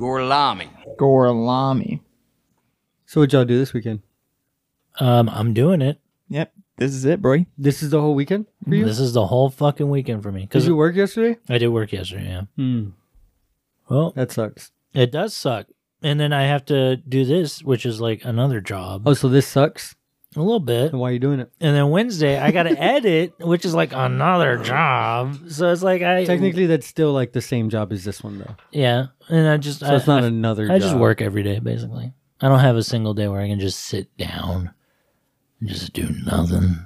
Gorlami. Gorlami. So what y'all do this weekend? Um, I'm doing it. Yep, this is it, boy. This is the whole weekend for you? This is the whole fucking weekend for me Did because you work yesterday? I did work yesterday. Yeah. Hmm. Well, That sucks. it does suck, and then I have to do this, which is like another job, Oh, so this sucks? a little bit, Then why are you doing it? and then Wednesday I got to edit, which is like another job. So it's like I Technically, that's still like the same job as this one, though. yeah, and I just So I, it's not I- another I just job. work every day basically. I don't have a single day where I can just sit down and just do nothing.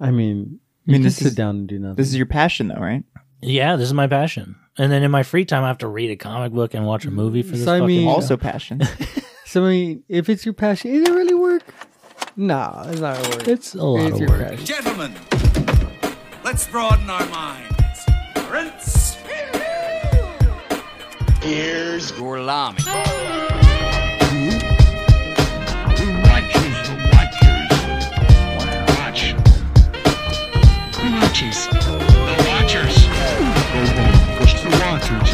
I mean, I mean, you this just sit is down and do nothing. this Mm. is your passion, though, right? Yeah, this is my passion. And then in my free time, I have to read a comic book and watch a movie for this. So, I fucking mean- Yeah. Also passion. So I mean, if it's your passion, is it really work? Nah, it's not work. it's a lot it's of your work. passion. Gentlemen, let's broaden our minds. Prince. Here's Gorlami. Watches, the watchers. Watch. The watches.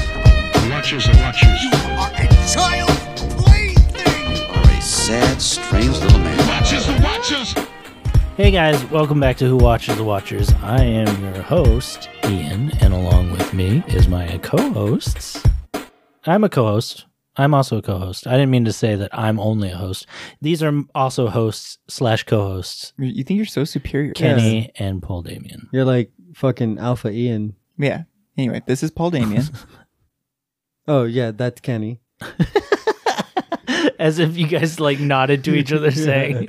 The watchers. Watch the watchers. The watchers, the watchers. Are a child plaything. Are a sad, strange little man. Watchers, the watchers. Hey guys, welcome back to Who Watches the Watchers. I am your host, Ian, and along with me is my co-hosts. I'm a co-host. I'm also a co-host. I didn't mean to say that I'm only a host. These are also hosts slash co-hosts, you think you're so superior? Kenny and Paul Damien. You're like fucking Alpha Ian. Yeah. Anyway, this is Paul Damien. Oh yeah, that's Kenny. As if you guys like nodded to each other saying,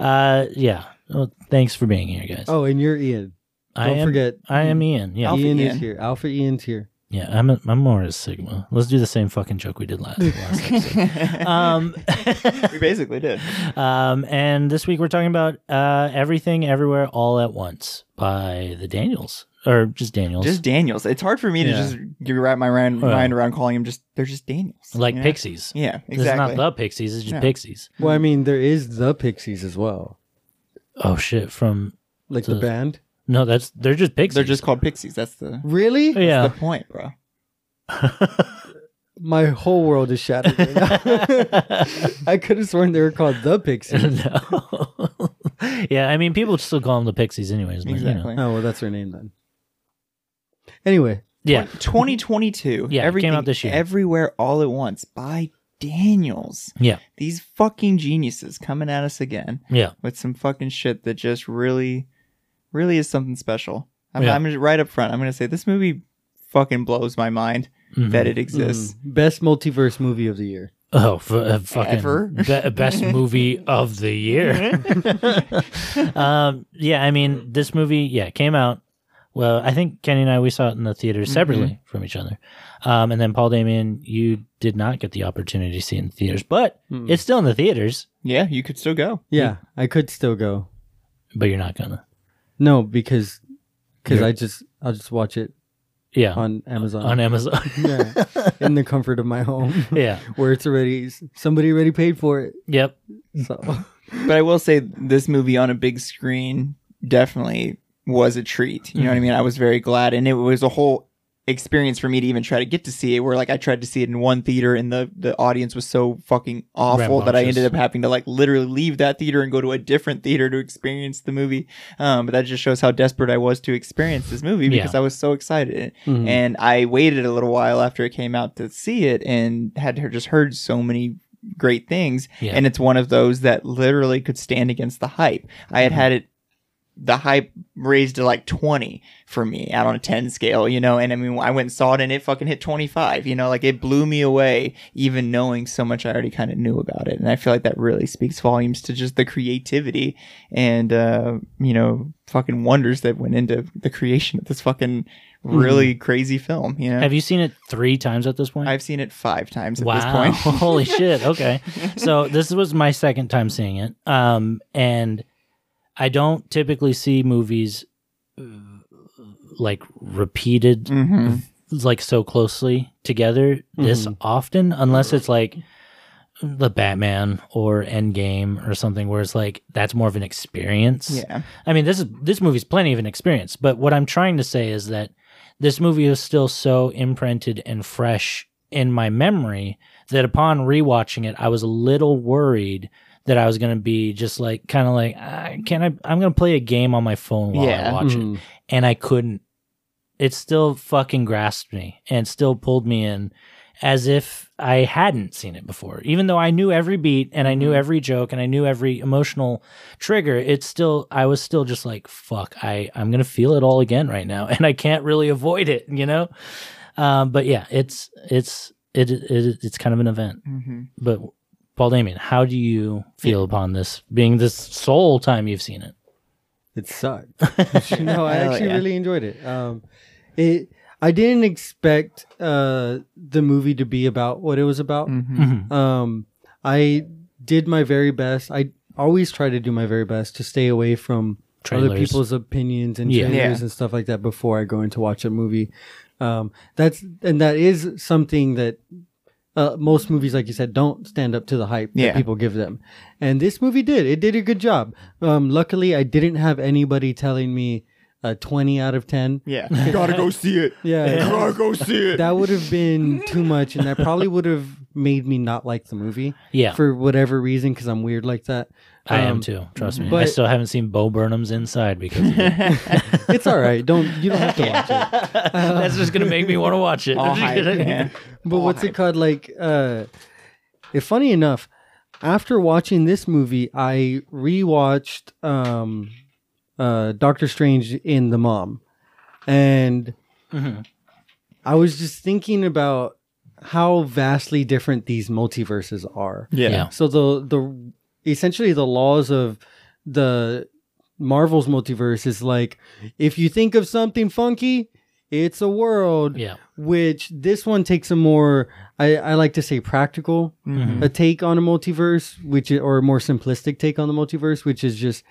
uh, yeah. Well, thanks for being here, guys. Oh, and you're Ian. I don't am, forget. I am Ian. Yeah. Alpha Ian, is Ian. here. Alpha Ian's here. Yeah, I'm a, I'm more a Sigma. Let's do the same fucking joke we did last, last episode. um, we basically did. um, and this week we're talking about uh, everything, everywhere, all at once by the Daniels or just Daniels, Just Daniels. It's hard for me to Yeah. just get- wrap my mind, Well. mind around calling him just. They're just Daniels. like you know? Pixies. Yeah, This is not exactly. the Pixies. It's just Yeah. Pixies. Well, I mean, there is the Pixies as well, Oh shit! From like So- the band. no, that's they're just Pixies. Oh, They're just called Pixies. That's the, Really? yeah. the point, bro. My whole world is shattered. Right now. I could have sworn they were called the Pixies. no. yeah, I mean, people still call them the Pixies, anyways. But, You know. Exactly. Oh well, that's their name then. Anyway, Yeah, 2022. Yeah, it came everything, out this year. Everywhere, all at once by Daniels. yeah, These fucking geniuses coming at us again yeah. with some fucking shit that just really, really is something special. I'm, Yeah. I'm just right up front. I'm gonna say this movie fucking blows my mind Mhm. that it exists. Mm. best multiverse movie of the year. Oh, f- uh, fucking Ever? be- best movie of the year. um, yeah, I mean, this movie, yeah, it came out. Well, I think Kenny and I we saw it in the theater separately from each other, um, and then Paul Damien, you did not get the opportunity to see it in theaters, but Mm. it's still in the theaters. Yeah, you could still go. Yeah, I could still go. But you're not gonna, No, because because You're- I just I'll just watch it yeah, on, on uh, Amazon. Amazon. yeah, in the comfort of my home, yeah, where it's already somebody already paid for it. yep. So But I will say this movie on a big screen definitely was a treat. You know what I Mm-hmm. mean? I was very glad, and it was a whole experience for me to even try to get to see it. Where like I tried to see it in one theater, and the the audience was so fucking awful that I Rambunctious. ended up having to like literally leave that theater and go to a different theater to experience the movie. Um, but that just shows how desperate I was to experience this movie Yeah. because I was so excited. Hmm. Mhm. And I waited a little while after it came out to see it, and had heard- just heard so many great things Yeah. and it's one of those that literally could stand against the hype i had had it the hype raised to like 20 for me out on a 10 scale you know and i mean i went and saw it and it fucking hit 25 you know like it blew me away even knowing so much i already kind of knew about it and i feel like that really speaks volumes to just the creativity and uh you know fucking wonders that went into the creation of this fucking really crazy film you know Have you seen it three times at this point? i've seen it five times at wow. this point Holy shit. Okay. So this was my second time seeing it. Um, and I don't typically see movies uh, like repeated hmm like so closely together this Mm-hmm. often unless it's like the Batman or Endgame or something where it's like that's more of an experience. yeah I mean, this is this movie's plenty of an experience, but what I'm trying to say is that this movie is still so imprinted and fresh in my memory that upon rewatching it, I was a little worried that I was going to be just like kind of like ah, can I? I'm going to play a game on my phone while Yeah. I watch it, Mhm. and I couldn't. It still fucking grasped me and still pulled me in as if I hadn't seen it before. Even though I knew every beat and I knew every joke and I knew every emotional trigger, it's still I was still just like, fuck, I, I'm gonna feel it all again right now. And I can't really avoid it, you know? Um, but yeah, it's it's it, it it's kind of an event. hmm But Paul Damien, how do you feel upon this being this sole time you've seen it? It sucked. no, I Hell actually yeah. really enjoyed it. Um, it I didn't expect uh, the movie to be about what it was about. hmm Mhm. Um, I did my very best. I always try to do my very best to stay away from other Trailers. people's opinions and Yeah. trailers Yeah. and stuff like that before I go in to watch a movie. Um, that's and that is something that uh, most movies, like you said, don't stand up to the hype Yeah. that people give them. And this movie did. It did a good job. Um, luckily, I didn't have anybody telling me a twenty out of ten. Yeah. Gotta go see it. Yeah, Gotta go see that would have been too much, and that probably would have made me not like the movie Yeah, for whatever reason because I'm weird like that. I am um, too. Trust me. I but- still haven't seen Bo Burnham's inside because of it. It's all right. Don't you don't have to watch it. that's just gonna make me want to watch it. All hype, man. But what's it called? Like, uh, if funny enough, after watching this movie, I rewatched um, uh, Doctor Strange in the Mom, and Mhm. I was just thinking about how vastly different these multiverses are. Yeah. So the the essentially the laws of the Marvel's multiverse is like if you think of something funky, it's a world. Yeah. Which this one takes a more I, I like to say practical Mhm. a take on a multiverse, which i- or a more simplistic take on the multiverse, which is just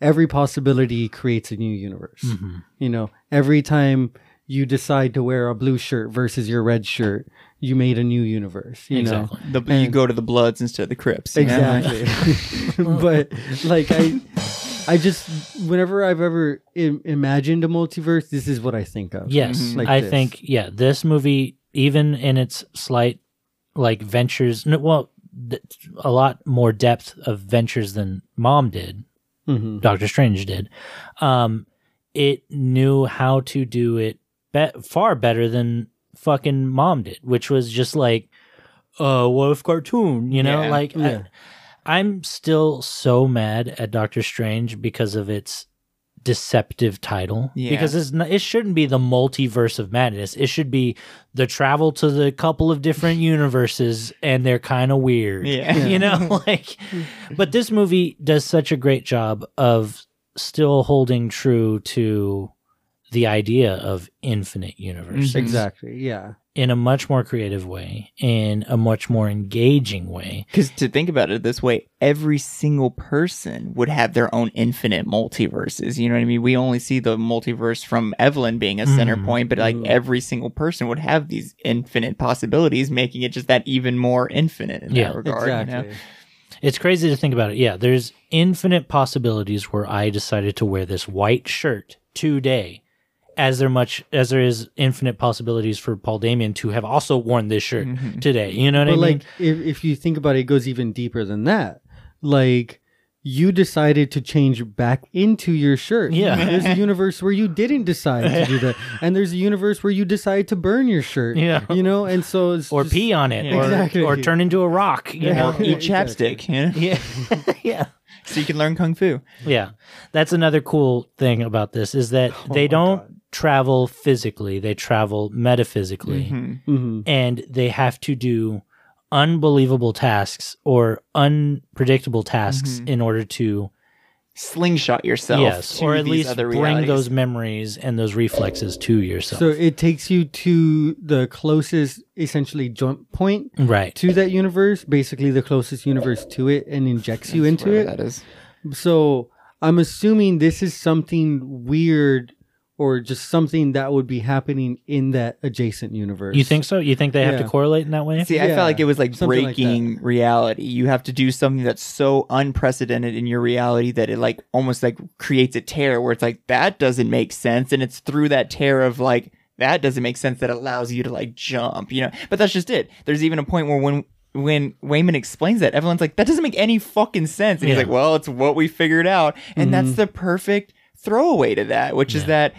every possibility creates a new universe. Mhm. You know, every time you decide to wear a blue shirt versus your red shirt, you made a new universe. You know, Exactly. The, you go to the Bloods instead of the Crips. you know? Exactly. but like I I just whenever I've ever Im- imagined a multiverse, this is what I think of. Yes, Mhm. Like I this. think yeah, this movie even in its slight like ventures, n- well, th- a lot more depth of ventures than Mom did, Mhm. Doctor Strange did. Um, it knew how to do it be- far better than fucking Mom did, which was just like, uh, what if cartoon? You know, Yeah. like I- Yeah. I'm still so mad at Doctor Strange because of its deceptive title. Yeah. Because it's not, it shouldn't be the multiverse of madness. It should be the travel to the couple of different universes and they're kind of weird. Yeah. You know, like but this movie does such a great job of still holding true to the idea of infinite universe Mhm. Exactly. Yeah. in a much more creative way, in a much more engaging way. Because to think about it this way, every single person would have their own infinite multiverses. You know what I mean? We only see the multiverse from Evelyn being a center Mhm. point, but like Mhm. every single person would have these infinite possibilities, making it just that even more infinite in Yeah. that regard. you know? exactly. It's crazy to think about it. Yeah, there's infinite possibilities where I decided to wear this white shirt today, as there much as there is infinite possibilities for Paul Damien to have also worn this shirt Mhm. today. You know what Mm-hmm. But I mean? like if, if you think about it, it goes even deeper than that. Like you decided to change back into your shirt. Yeah. There's a universe where you didn't decide to do that. And there's a universe where you decide to burn your shirt. Yeah. You know, and so it's or just- pee on it, or, Exactly. or turn into a rock. You know? Or eat Exactly. chapstick, you know? Yeah, yeah. so you can learn kung fu. Yeah. That's another cool thing about this is that Oh they don't travel physically, they travel metaphysically. Mhm. Mhm. And they have to do unbelievable tasks or unpredictable tasks Mhm. in order to Slingshot yourself, yes, to or at these least other bring realities. those memories and those reflexes to yourself. So it takes you to the closest, essentially, jump point right. to that universe, basically the closest universe to it, and injects you into Whatever it. That is. So I'm assuming this is something weird or just something that would be happening in that adjacent universe. You think so? You think they have to Yeah. correlate in that way? See, I felt Yeah, like it was like something like that. breaking reality. You have to do something that's so unprecedented in your reality that it like almost like creates a tear where it's like that doesn't make sense, and it's through that tear of like that doesn't make sense that allows you to like jump, you know. But that's just it. There's even a point where when when Wayman explains that, everyone's like, that doesn't make any fucking sense. And Yeah. he's like, well, it's what we figured out. And Mm-hmm. that's the perfect throwaway to that, which is Yeah. that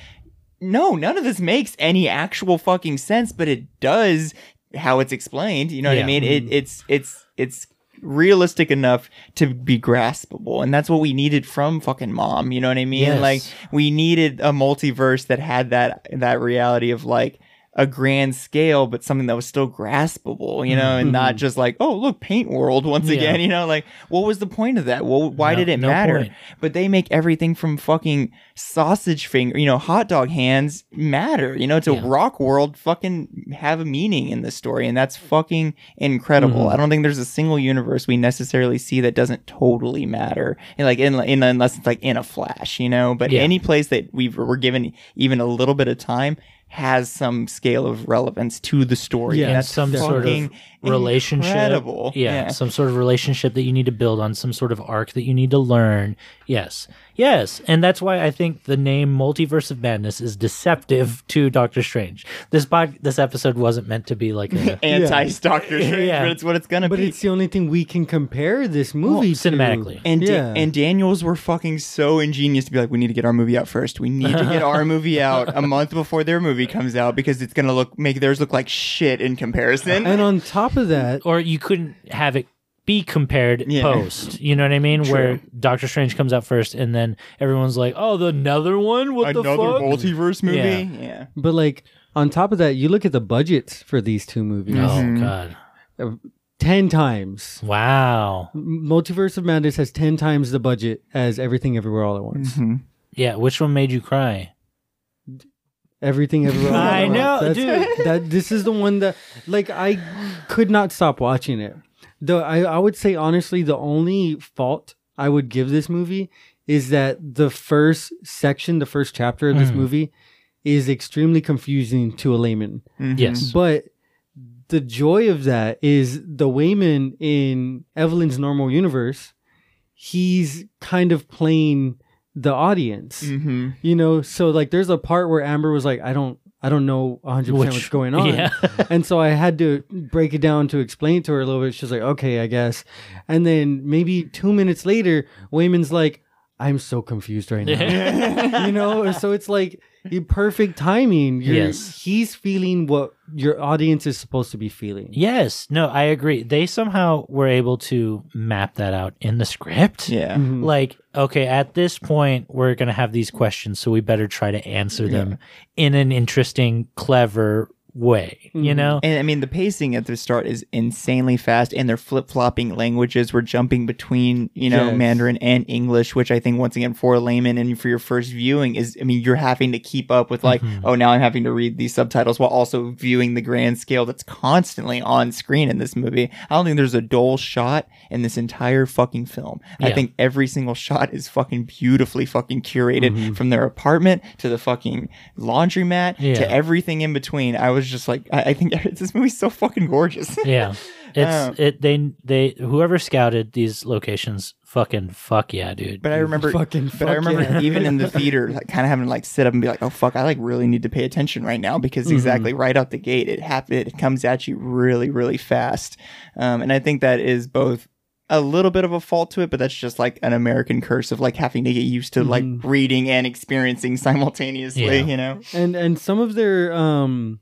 no, none of this makes any actual fucking sense, but it does how it's explained. You know what Yeah. Mm-hmm. I mean? It, it's it's it's realistic enough to be graspable, and that's what we needed from fucking mom. You know what I mean? Yes. Like we needed a multiverse that had that that reality of like a grand scale, but something that was still graspable. You know, and not just like oh look, paint world once Mm-hmm. Yeah. again. You know, like what was the point of that? Well, why No- did it no matter? point. But they make everything from fucking sausage finger, you know, hot dog hands matter, you know, to Yeah. rock world fucking have a meaning in this story. And that's fucking incredible. Mm-hmm. I don't think there's a single universe we necessarily see that doesn't totally matter. And like, in, in, unless it's like in a flash, you know, but Yeah. any place that we've, we're given even a little bit of time has some scale of relevance to the story. Yeah, and and that's some sort of fucking relationship. Incredible. Yeah, some sort of relationship that you need to build on, some sort of arc that you need to learn. Yes, yes, and that's why I think the name Multiverse of Madness is deceptive to Doctor Strange. This pod, this episode wasn't meant to be like a Anti-Doctor Strange, Yeah. but it's what it's gonna But be. it's the only thing we can compare this movie to. cinematically. And da- Yeah. and Daniels were fucking so ingenious to be like, we need to get our movie out first. We need to get our movie out a month before their movie comes out because it's gonna look make theirs look like shit in comparison. and on top of that, or you couldn't have it be compared Yeah. post. You know what I mean? True. Where Doctor Strange comes out first, and then everyone's like, "Oh, the another one? What Another the fuck?" multiverse movie. Yeah. Yeah. but like on top of that, you look at the budgets for these two movies. oh Mm-hmm. God! Ten times. Wow. Multiverse of Madness has ten times the budget as Everything Everywhere All at Once. Yeah. Which one made you cry? Everything Everywhere. All I at know, Once. That's- dude. That this is the one that like I could not stop watching it. Though I, I would say honestly, the only fault I would give this movie is that the first section, the first chapter of this movie, is extremely confusing to a layman. Mm-hmm. Yes. But the joy of that is the Wayman in Evelyn's normal universe, he's kind of playing the audience. Mm-hmm. You know, so like there's a part where Amber was like, I don't I don't know 100% Which- what's going on. yeah. and so I had to break it down to explain it to her a little bit. She's like, okay, I guess. And then maybe two minutes later, Wayman's like, I'm so confused right now you know so it's like the perfect timing You're, Yes. he's feeling what your audience is supposed to be feeling Yes, no, I agree. They somehow were able to map that out in the script. Yeah. Mm-hmm. Mhm. Like, okay, at this point, we're going to have these questions, so we better try to answer them in an interesting, clever way, Mm-hmm. you know? And I mean, the pacing at the start is insanely fast, and they're flip flopping languages. We're jumping between, you know, Yes. Mandarin and English, which I think, once again, for a layman and for your first viewing, is I mean, you're having to keep up with, like, Mm-hmm. oh, now I'm having to read these subtitles while also viewing the grand scale that's constantly on screen in this movie. I don't think there's a dull shot in this entire fucking film. I Yeah. think every single shot is fucking beautifully fucking curated Mm-hmm. from their apartment to the fucking laundromat Yeah. to everything in between. I was just like, I, I think this movie's so fucking gorgeous. yeah. It's Um, it they they whoever scouted these locations fucking fuck yeah dude. But I remember, fucking but fuck I remember yeah. even in the theater, like kind of having to like sit up and be like, "Oh fuck, I like really need to pay attention right now," because Mm-hmm. exactly right out the gate, it hap- it comes at you really, really fast, um, and I think that is both a little bit of a fault to it, but that's just like an American curse of like having to get used to like Mm-hmm. reading and experiencing simultaneously, Yeah. you know? and and some of their um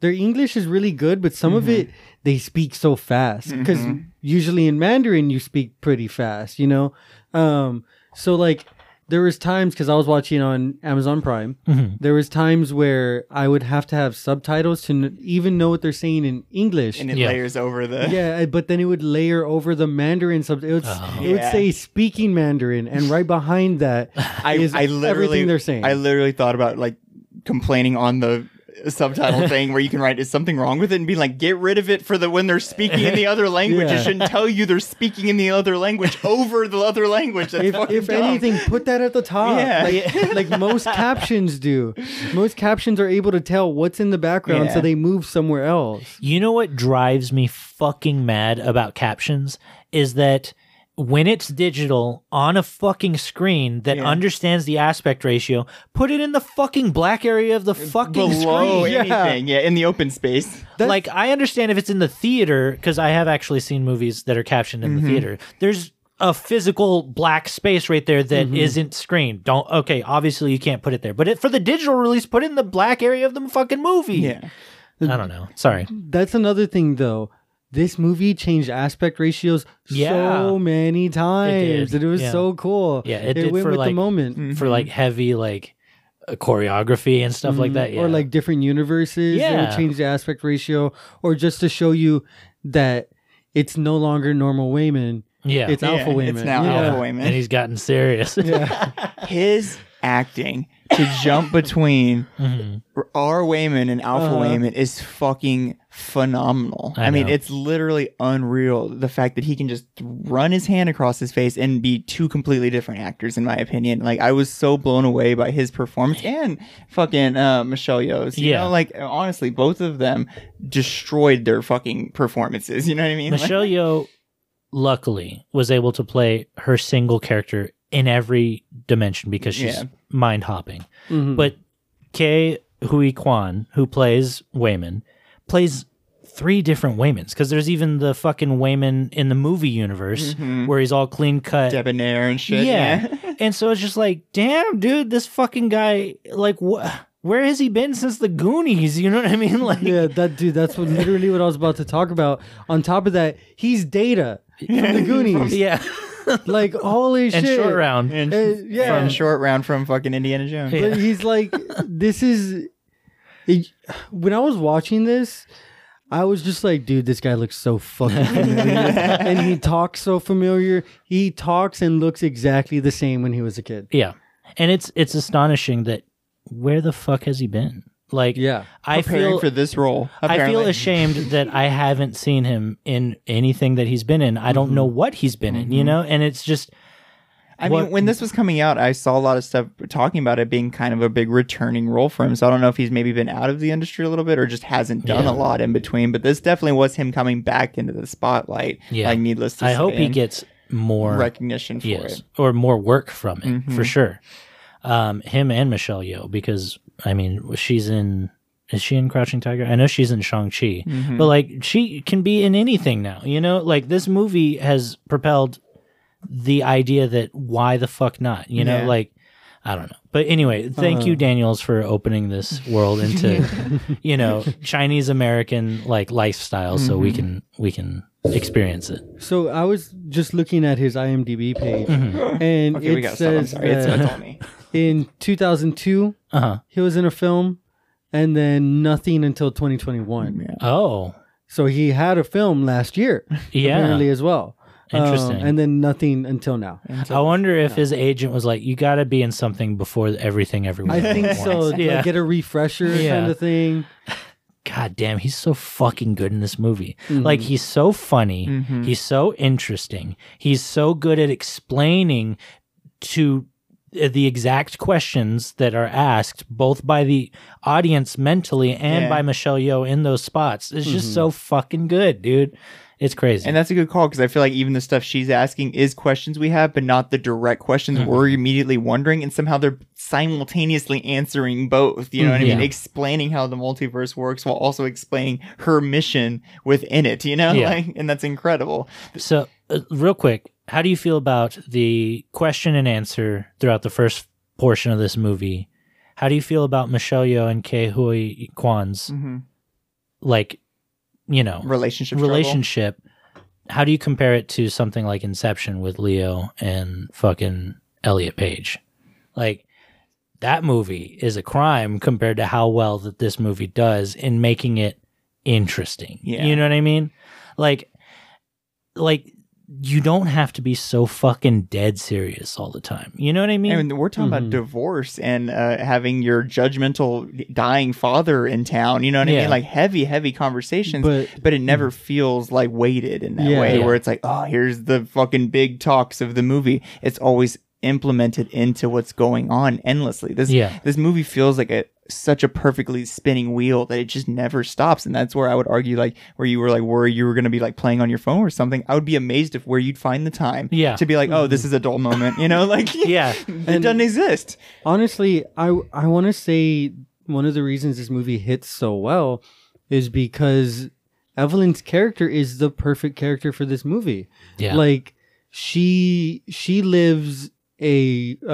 their english is really good but some of it Mm-hmm. they speak so fast because usually in mandarin you speak pretty fast you know um so like there was times because i was watching on amazon prime Mm-hmm. Mhm. there was times where i would have to have subtitles to n- even know what they're saying in english And it Yeah. layers over the yeah, but then it would layer over the Mandarin sub. It would, Oh. it would Yeah. say speaking Mandarin, and right behind that I, is I literally, everything they're saying. I literally thought about like complaining on the subtitle thing where you can write is something wrong with it and being like get rid of it for the when they're speaking in the other language Yeah. it shouldn't tell you they're speaking in the other language over the other language that's if fucking if dumb. anything, put that at the top. Yeah. Like, like most captions do. Most captions are able to tell what's in the background, so Yeah. they move somewhere else. You know what drives me fucking mad about captions is that when it's digital on a fucking screen that Yeah. understands the aspect ratio, put it in the fucking black area of the fucking below screen. anything. Yeah. in the open space. like I understand if it's in the theater because I have actually seen movies that are captioned in the Mm-hmm. theater. There's a physical black space right there that Mm-hmm. not screened. Don't okay. Obviously, you can't put it there, but it, for the digital release, put it in the black area of the fucking movie. Yeah. I don't know. Sorry. That's another thing, though. This movie changed aspect ratios Yeah. so many times, and it was Yeah. so cool. Yeah, it did went for, with the like- mm, moment, For like heavy like uh, choreography and stuff like that. Yeah. Mm-hmm. or like different universes. they would Yeah. change the aspect ratio, or just to show you that it's no longer normal Wayman. yeah. Oh, It's Yeah, Alpha Wayman. It's now yeah. Alpha And Wayman. he's gotten serious. Yeah. His acting to jump between Mhm. R. Wayman and Alpha Uh-huh. Wayman is fucking phenomenal. I I, mean, know. it's literally unreal the fact that he can just run his hand across his face and be two completely different actors, in my opinion. Like, I was so blown away by his performance and fucking uh, Michelle Yeoh's. You Yeah. know, like, honestly, both of them destroyed their fucking performances. You know what I mean? Like- Michelle Yeoh, luckily, was able to play her single character in every dimension because she's Yeah. mind hopping. Mhm. But K. Hui Kwan, who plays Wayman, plays three different Waymans because there's even the fucking Wayman in the movie universe where he's all clean cut. mm-hmm. debonair and shit. yeah. Yeah. and so it's just like, damn, dude, this fucking guy, like, wh- where has he been since the Goonies? You know what I mean? Like, yeah, that dude. That's what literally what I was about to talk about. On top of that, he's Data from the Goonies. yeah. like holy and shit! short round. And, Uh, yeah, From short round from fucking Indiana Jones. Yeah. But he's like, this is. it- when I was watching this, I was just like, dude, this guy looks so fucking familiar. and he talks so familiar. He talks and looks exactly the same when he was a kid. Yeah. And it's it's astonishing that where the fuck has he been? Like Yeah. I Preparing feel for this role. I feel apparently. ashamed that I haven't seen him in anything that he's been in. I don't know what he's been in, you know? And it's just I What- mean, when this was coming out, I saw a lot of stuff talking about it being kind of a big returning role for him. So I don't know if he's maybe been out of the industry a little bit or just hasn't done Yeah. a lot in between. But this definitely was him coming back into the spotlight. Yeah. Like, needless to I say, hope he and gets more recognition for yes, it. Mm-hmm. or more work from it for sure. Um him and Michelle Yeoh because I mean, she's in is she in Crouching Tiger? I know she's in Shang-Chi. Mm-hmm. But like she can be in anything now. You know, like this movie has propelled the idea that why the fuck not? You know, Yeah. Uh. like I don't know. But anyway, thank you, Daniels, for opening this world into you know Chinese American like lifestyle, so Mm-hmm. we can we can experience it. So I was just looking at his IMDb page, Mm-hmm. and Okay, we it got to stop. I'm says sorry. It's, it's that on me. in 2002 Uh huh. he was in a film, and then nothing until 2021. Oh So he had a film last year, yeah. apparently as well. Um, Interesting. and then nothing until now. I wonder if his agent was like, "You got to be in something before everything everywhere." I at think once." so. Yeah. Like, get a refresher Yeah. kind of thing. God damn, he's so fucking good in this movie. Like he's so funny, he's so interesting, he's so good at explaining to uh, the exact questions that are asked both by the audience mentally and Yeah. by Michelle Yeoh in those spots. It's just so fucking good, dude. It's crazy. And that's a good call because I feel like even the stuff she's asking is questions we have, but not the direct questions Mm-hmm. we're immediately wondering. And somehow they're simultaneously answering both. You know what I mean? Mm-hmm. Yeah. Explaining how the multiverse works while also explaining her mission within it, you know? Yeah. Like, and that's incredible. So, uh, real quick, how do you feel about the question and answer throughout the first portion of this movie? How do you feel about Michelle Yeoh and Kei Hui Kwan's like, you know, Relationship. struggle. relationship? How do you compare it to something like Inception with Leo and fucking Elliot Page? Like that movie is a crime compared to how well that this movie does in making it interesting. Yeah. You know what I mean? Like like you don't have to be so fucking dead serious all the time. You know what I mean? mm-hmm. And we're talking about divorce and uh, having your judgmental, dying father in town. You know what I Yeah. mean? Like heavy, heavy conversations, But- but, it never feels like weighted in that Yeah. way, Hmm. Yeah. where it's like, oh, here's the fucking big talks of the movie. It's always implemented into what's going on endlessly. This Yeah. this movie feels like a such a perfectly spinning wheel that it just never stops. And that's where I would argue, like, where you were like worried you were going to be like playing on your phone or something. I would be amazed if where you'd find the time Yeah. Mm-hmm. to be like, oh, this is a dull moment, you know, like, Yeah. it doesn't exist. honestly i i want to say one of the reasons this movie hits so well is because evelyn's character is the perfect character for this movie Yeah. like she she lives a uh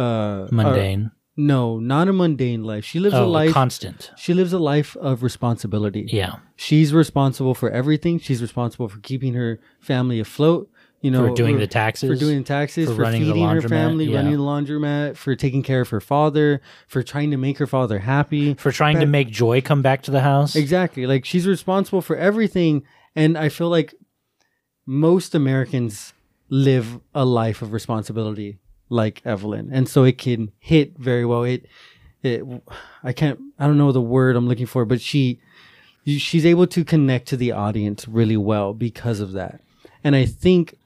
a- Mundane. no not a mundane life she lives a oh, life constant. she lives a life of responsibility Yeah. she's responsible for everything she's responsible for keeping her family afloat you know for doing her- the taxes. uh, for doing taxes, for for, running the feeding her laundromat, family, yeah. running the laundromat, for taking care of her father, for trying to make her father happy. for trying to But- make Joy come back to the house. Exactly. Like she's responsible for everything. And I feel like most Americans live a life of responsibility like Evelyn. And so it can hit very well. It, it, I can't, I don't know the word I'm looking for, but she, she's able to connect to the audience really well because of that. And I think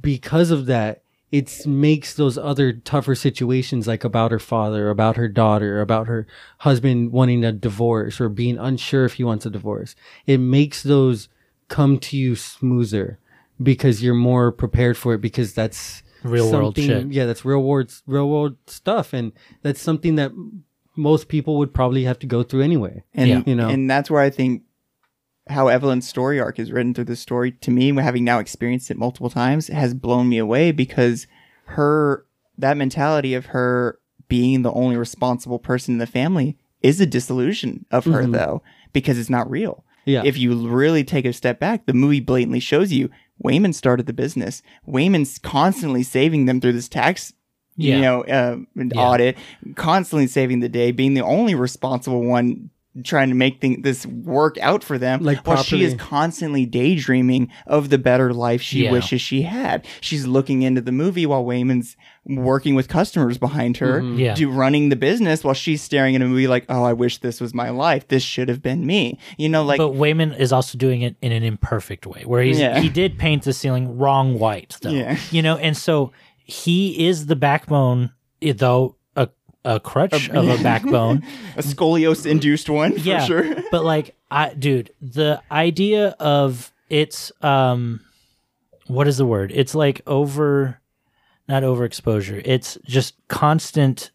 because of that, it makes those other tougher situations, like about her father, about her daughter, about her husband wanting a divorce or being unsure if he wants a divorce, it makes those come to you smoother because you're more prepared for it because that's Real world something- shit. Yeah, that's real world, real world stuff, and that's something that m- most people would probably have to go through anyway. And Yeah. You know. and that's where I think how Evelyn's story arc is written through this story to me, having now experienced it multiple times, has blown me away because her that mentality of her being the only responsible person in the family is a disillusion of her Mhm. though because it's not real. Yeah. If you really take a step back, the movie blatantly shows you Wayman started the business. Wayman's constantly saving them through this tax Yeah. you know, uh, audit, constantly saving the day, being the only responsible one trying to make thing, this work out for them. Like, while she is properly. constantly daydreaming of the better life she Yeah. wishes she had. She's looking into the movie while Wayman's working with customers behind her, Mm-hmm. Yeah. do running the business while she's staring at a movie like, oh, I wish this was my life. This should have been me. You know, like but Wayman is also doing it in an imperfect way, where he's Yeah. he did paint the ceiling wrong white, though. Yeah. You know, and so he is the backbone, eh, though a a crutch of a backbone. a scoliosis induced one, yeah, for sure. but like, I dude, the idea of it's um, what is the word? It's like over, not overexposure. It's just constant,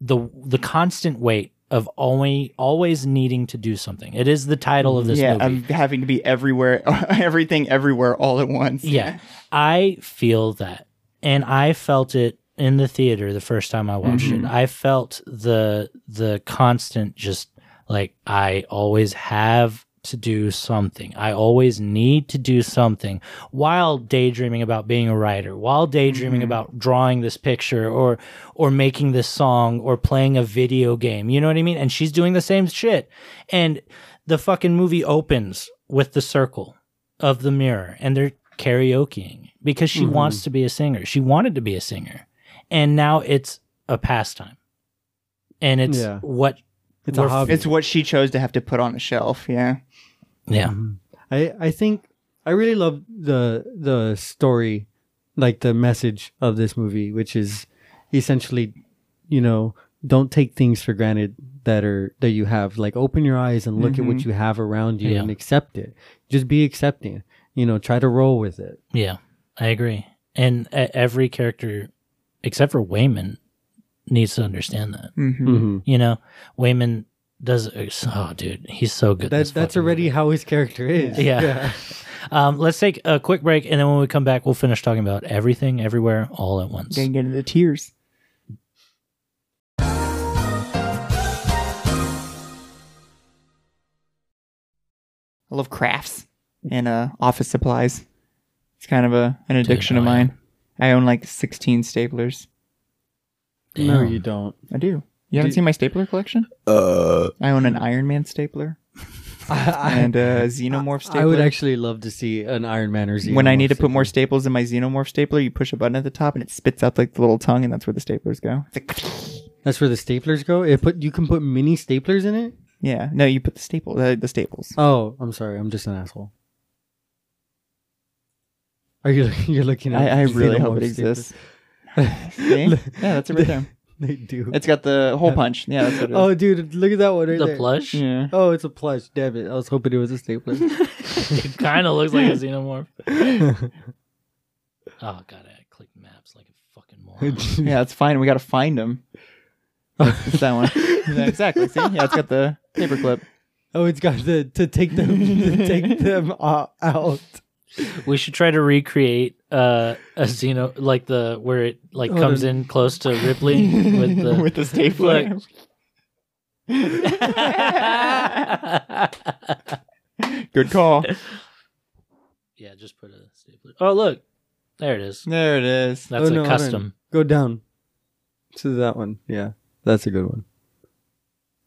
the the constant weight of always always needing to do something. It is the title of this yeah, movie. I'm having to be everywhere, everything, everywhere, all at once. Yeah. I feel that. And I felt it in the theater the first time I watched it. I felt the the constant just like I always have to do something. I always need to do something while daydreaming about being a writer, while daydreaming about drawing this picture or or making this song or playing a video game. You know what I mean? And she's doing the same shit. And the fucking movie opens with the circle of the mirror and they're karaokeing because she Mm-hmm. wants to be a singer. She wanted to be a singer. And now it's a pastime. And it's Yeah. what It's a we're- hobby. It's what she chose to have to put on a shelf. Yeah. Yeah. Mm-hmm. I I think I really love the the story, like the message of this movie, which is essentially, you know, don't take things for granted that are that you have. Like open your eyes and look at what you have around you Yeah. and accept it. Just be accepting. You know, try to roll with it. Yeah. I agree. And uh, every character except for Wayman needs to understand that. Mm-hmm. You know, Wayman does oh dude, he's so good. in That this that's fucking already how his character is. Yeah. Um, let's take a quick break, and then when we come back, we'll finish talking about everything, everywhere, all at once. Gonna get into the tears. I love crafts and uh, office supplies. It's kind of a an addiction of oh, yeah. mine. I own like 16 staplers. No, Damn. you don't. I do. You haven't Do- seen my stapler collection? Uh, I own an Iron Man stapler and a Xenomorph stapler. I would actually love to see an Iron Man or when I Xenomorph need to put situation. more staples in my xenomorph stapler, you push a button at the top and it spits out like the little tongue, and that's where the staplers go. It's like, That's where the staplers go. It put you can put mini staplers in it. yeah, no, you put the staple, uh, the staples. Oh, I'm sorry. I'm just an asshole. Are you you're looking at? I, I really Xenomorph hope it staples. exists. See? Yeah, that's it right there. They do. It's got the hole punch. Yeah, that's what it is. oh, dude, look at that one right the there. plush? yeah. Oh, it's a plush. Damn it! I was hoping it was a stapler. It kind of looks like a xenomorph. Oh god, I clicked maps like a fucking moron. Yeah, that's fine. We got to find them. It's that one. Yeah, exactly. See? Yeah, it's got the paperclip. oh, it's got the to take them to take them uh, out. We should try to recreate uh, a xeno like the where it like Hold comes on. in close to Ripley with the With the stapler. Look. yeah, Good call. just put a stapler. Oh look, there it is. There it is. That's Oh, no, a hold on. custom. Go down to that one. Yeah, that's a good one.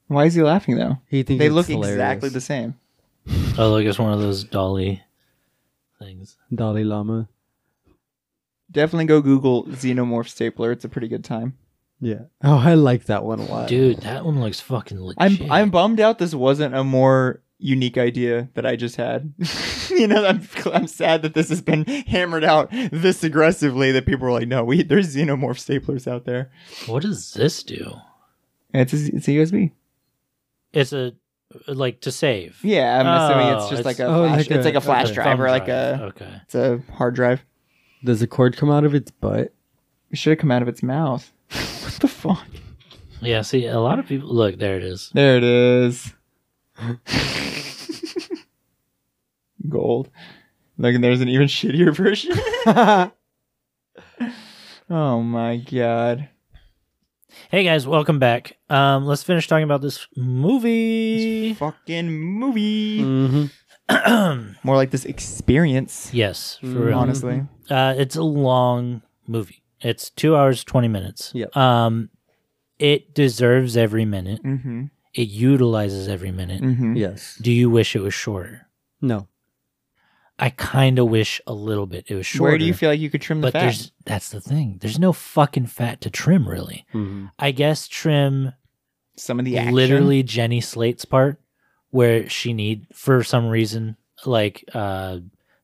Why is he laughing though? He thinks They it's look hilarious. exactly the same. Oh look, it's one of those dolly things. Dalai Lama. Definitely go Google xenomorph stapler. It's a pretty good time. Yeah. Oh, I like that one a lot. Dude, that one looks fucking legit. I'm I'm bummed out this wasn't a more unique idea that I just had. you know, I'm I'm sad that this has been hammered out this aggressively that people are like, no, we there's xenomorph staplers out there. What does this do? And it's a, it's a USB. It's a like to save. Yeah, I'm assuming it's Oh, just it's- like a oh, flash, like a- it's like a flash Okay. drive or Thumb like drive. a okay. it's a hard drive. Does the cord come out of its butt? It should have come out of its mouth. what the fuck? Yeah, see, a lot of people look. There it is. There it is. Gold. Look, and there's an even shittier version. oh my god. Hey guys, welcome back. Um, let's finish talking about this movie. Fucking movie. Mm-hmm. Mm. More like this experience. Yes, for Mm. real. Honestly. Uh, it's a long movie. It's two hours twenty minutes. Yep. Um, it deserves every minute. Mm-hmm. It utilizes every minute. Mm-hmm. Yes. Do you wish it was shorter? No. I kind of wish a little bit it was shorter. Where do you feel like you could trim the But fat? there's that's the thing. There's no fucking fat to trim, really. Mhm. I guess trim Some of the action. literally Jenny Slate's part where she need for some reason like uh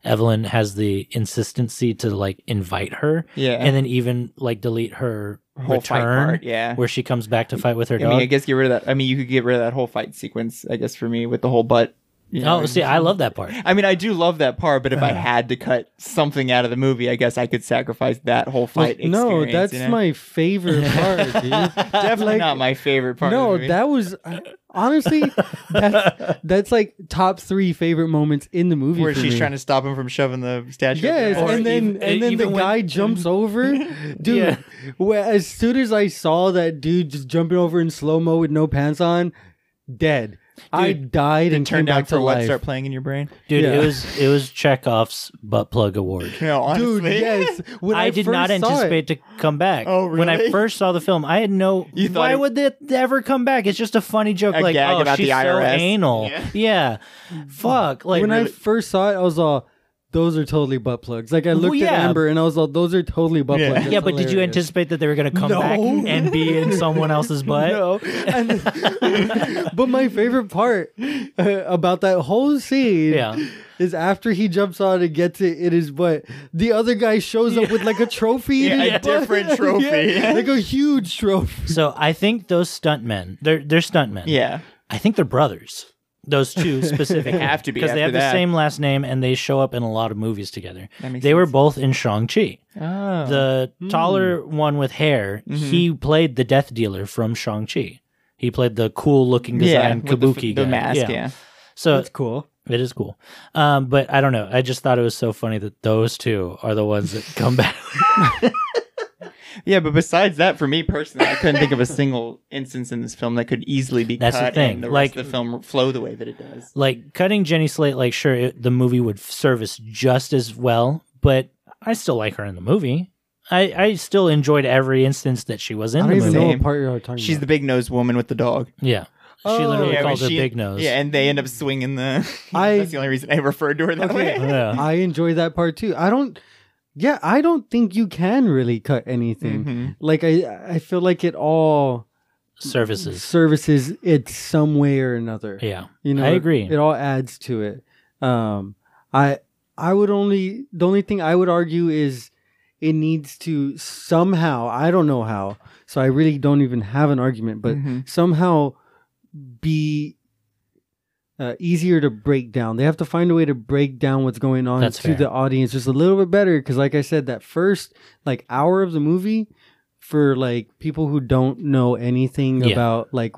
Evelyn has the insistency to like invite her Yeah. and then even like delete her whole fight return part. Yeah. where she comes back to fight with her I dog. mean, I guess get rid of that. I mean, you could get rid of that whole fight sequence, I guess, for me with the whole butt. you know, oh, see, I love that part. I mean, I do love that part, but if I had to cut something out of the movie, I guess I could sacrifice that whole fight. Like, no, experience, that's you know? my favorite part, dude. definitely like- not my favorite part. of no, the movie. that was uh, honestly that's, that's like top three favorite moments in the movie. where for she's me. trying to stop him from shoving the statue. up Yes, there. Or and then even- and then the even when- guy jumps over, dude. Yeah. wh- as soon as I saw that dude just jumping over in slow mo with no pants on, dead. I Dude, died it and came turned out back for to what life. start playing in your brain. Dude, Yeah. it was it was Chekhov's butt plug award. No, honestly, Dude, yes. When I, I, did first not saw it- anticipate to come back. Oh, When I really? first saw the film, I had no. You thought why it- would that ever come back? It's just a funny joke, A like gag oh, about she's the IRS. so anal. Yeah. Yeah. fuck. Like when I really- first saw it, I was all, "Those are totally butt plugs." Like I Well, looked at yeah. Amber and I was all, "Those are totally butt Yeah. plugs." yeah, That's but did you hilarious." anticipate that they were gonna come back No. and be in someone else's butt? No. And- but my favorite part uh, about that whole scene Yeah. is after he jumps on and gets it in his butt, the other guy shows up with like a trophy. in Yeah, his a butt. different trophy. Yeah, like a huge trophy. So I think those stuntmen, they're they're stuntmen. yeah, I think they're brothers. Those two specific Have to be because they after have that. the same last name and they show up in a lot of movies together. They That makes were sense. both in Shang Chi. oh, the Hmm. taller one with hair, Mm-hmm. he played the death dealer from Shang Chi. He played the cool looking yeah, design with the, kabuki f- the guy. mask. Yeah, So That's cool. it is cool. Um, but I don't know. I just thought it was so funny that those two are the ones that come back. Yeah, but besides that, for me personally, I couldn't think of a single instance in this film that could easily be That's the cut thing, and the like- rest of the film flow the way that it does. like cutting Jenny Slate, like sure, it, the movie would service just as well, but I still like her in the movie. I, I still enjoyed every instance that she was in I the don't even movie. know Same. what part you're talking She's the about. big nosed woman with the dog. Yeah. she Oh, literally Yeah, calls but her she- big nose. Yeah, and they end up swinging the. I- that's the only reason I referred to her that Okay. way. Yeah. I enjoy that part too. I don't. Yeah, I don't think you can really cut anything. Mhm. Like I, I feel like it all Services. services it some way or another. Yeah. You know, I agree. It, all adds to it. Um, I I would only the only thing I would argue is it needs to somehow, I don't know how, so I really don't even have an argument, but Mhm. somehow be uh, easier to break down. They have to find a way to break down what's going on That's to fair. the audience just a little bit better. Because, like I said, that first like hour of the movie for like people who don't know anything Yeah. about like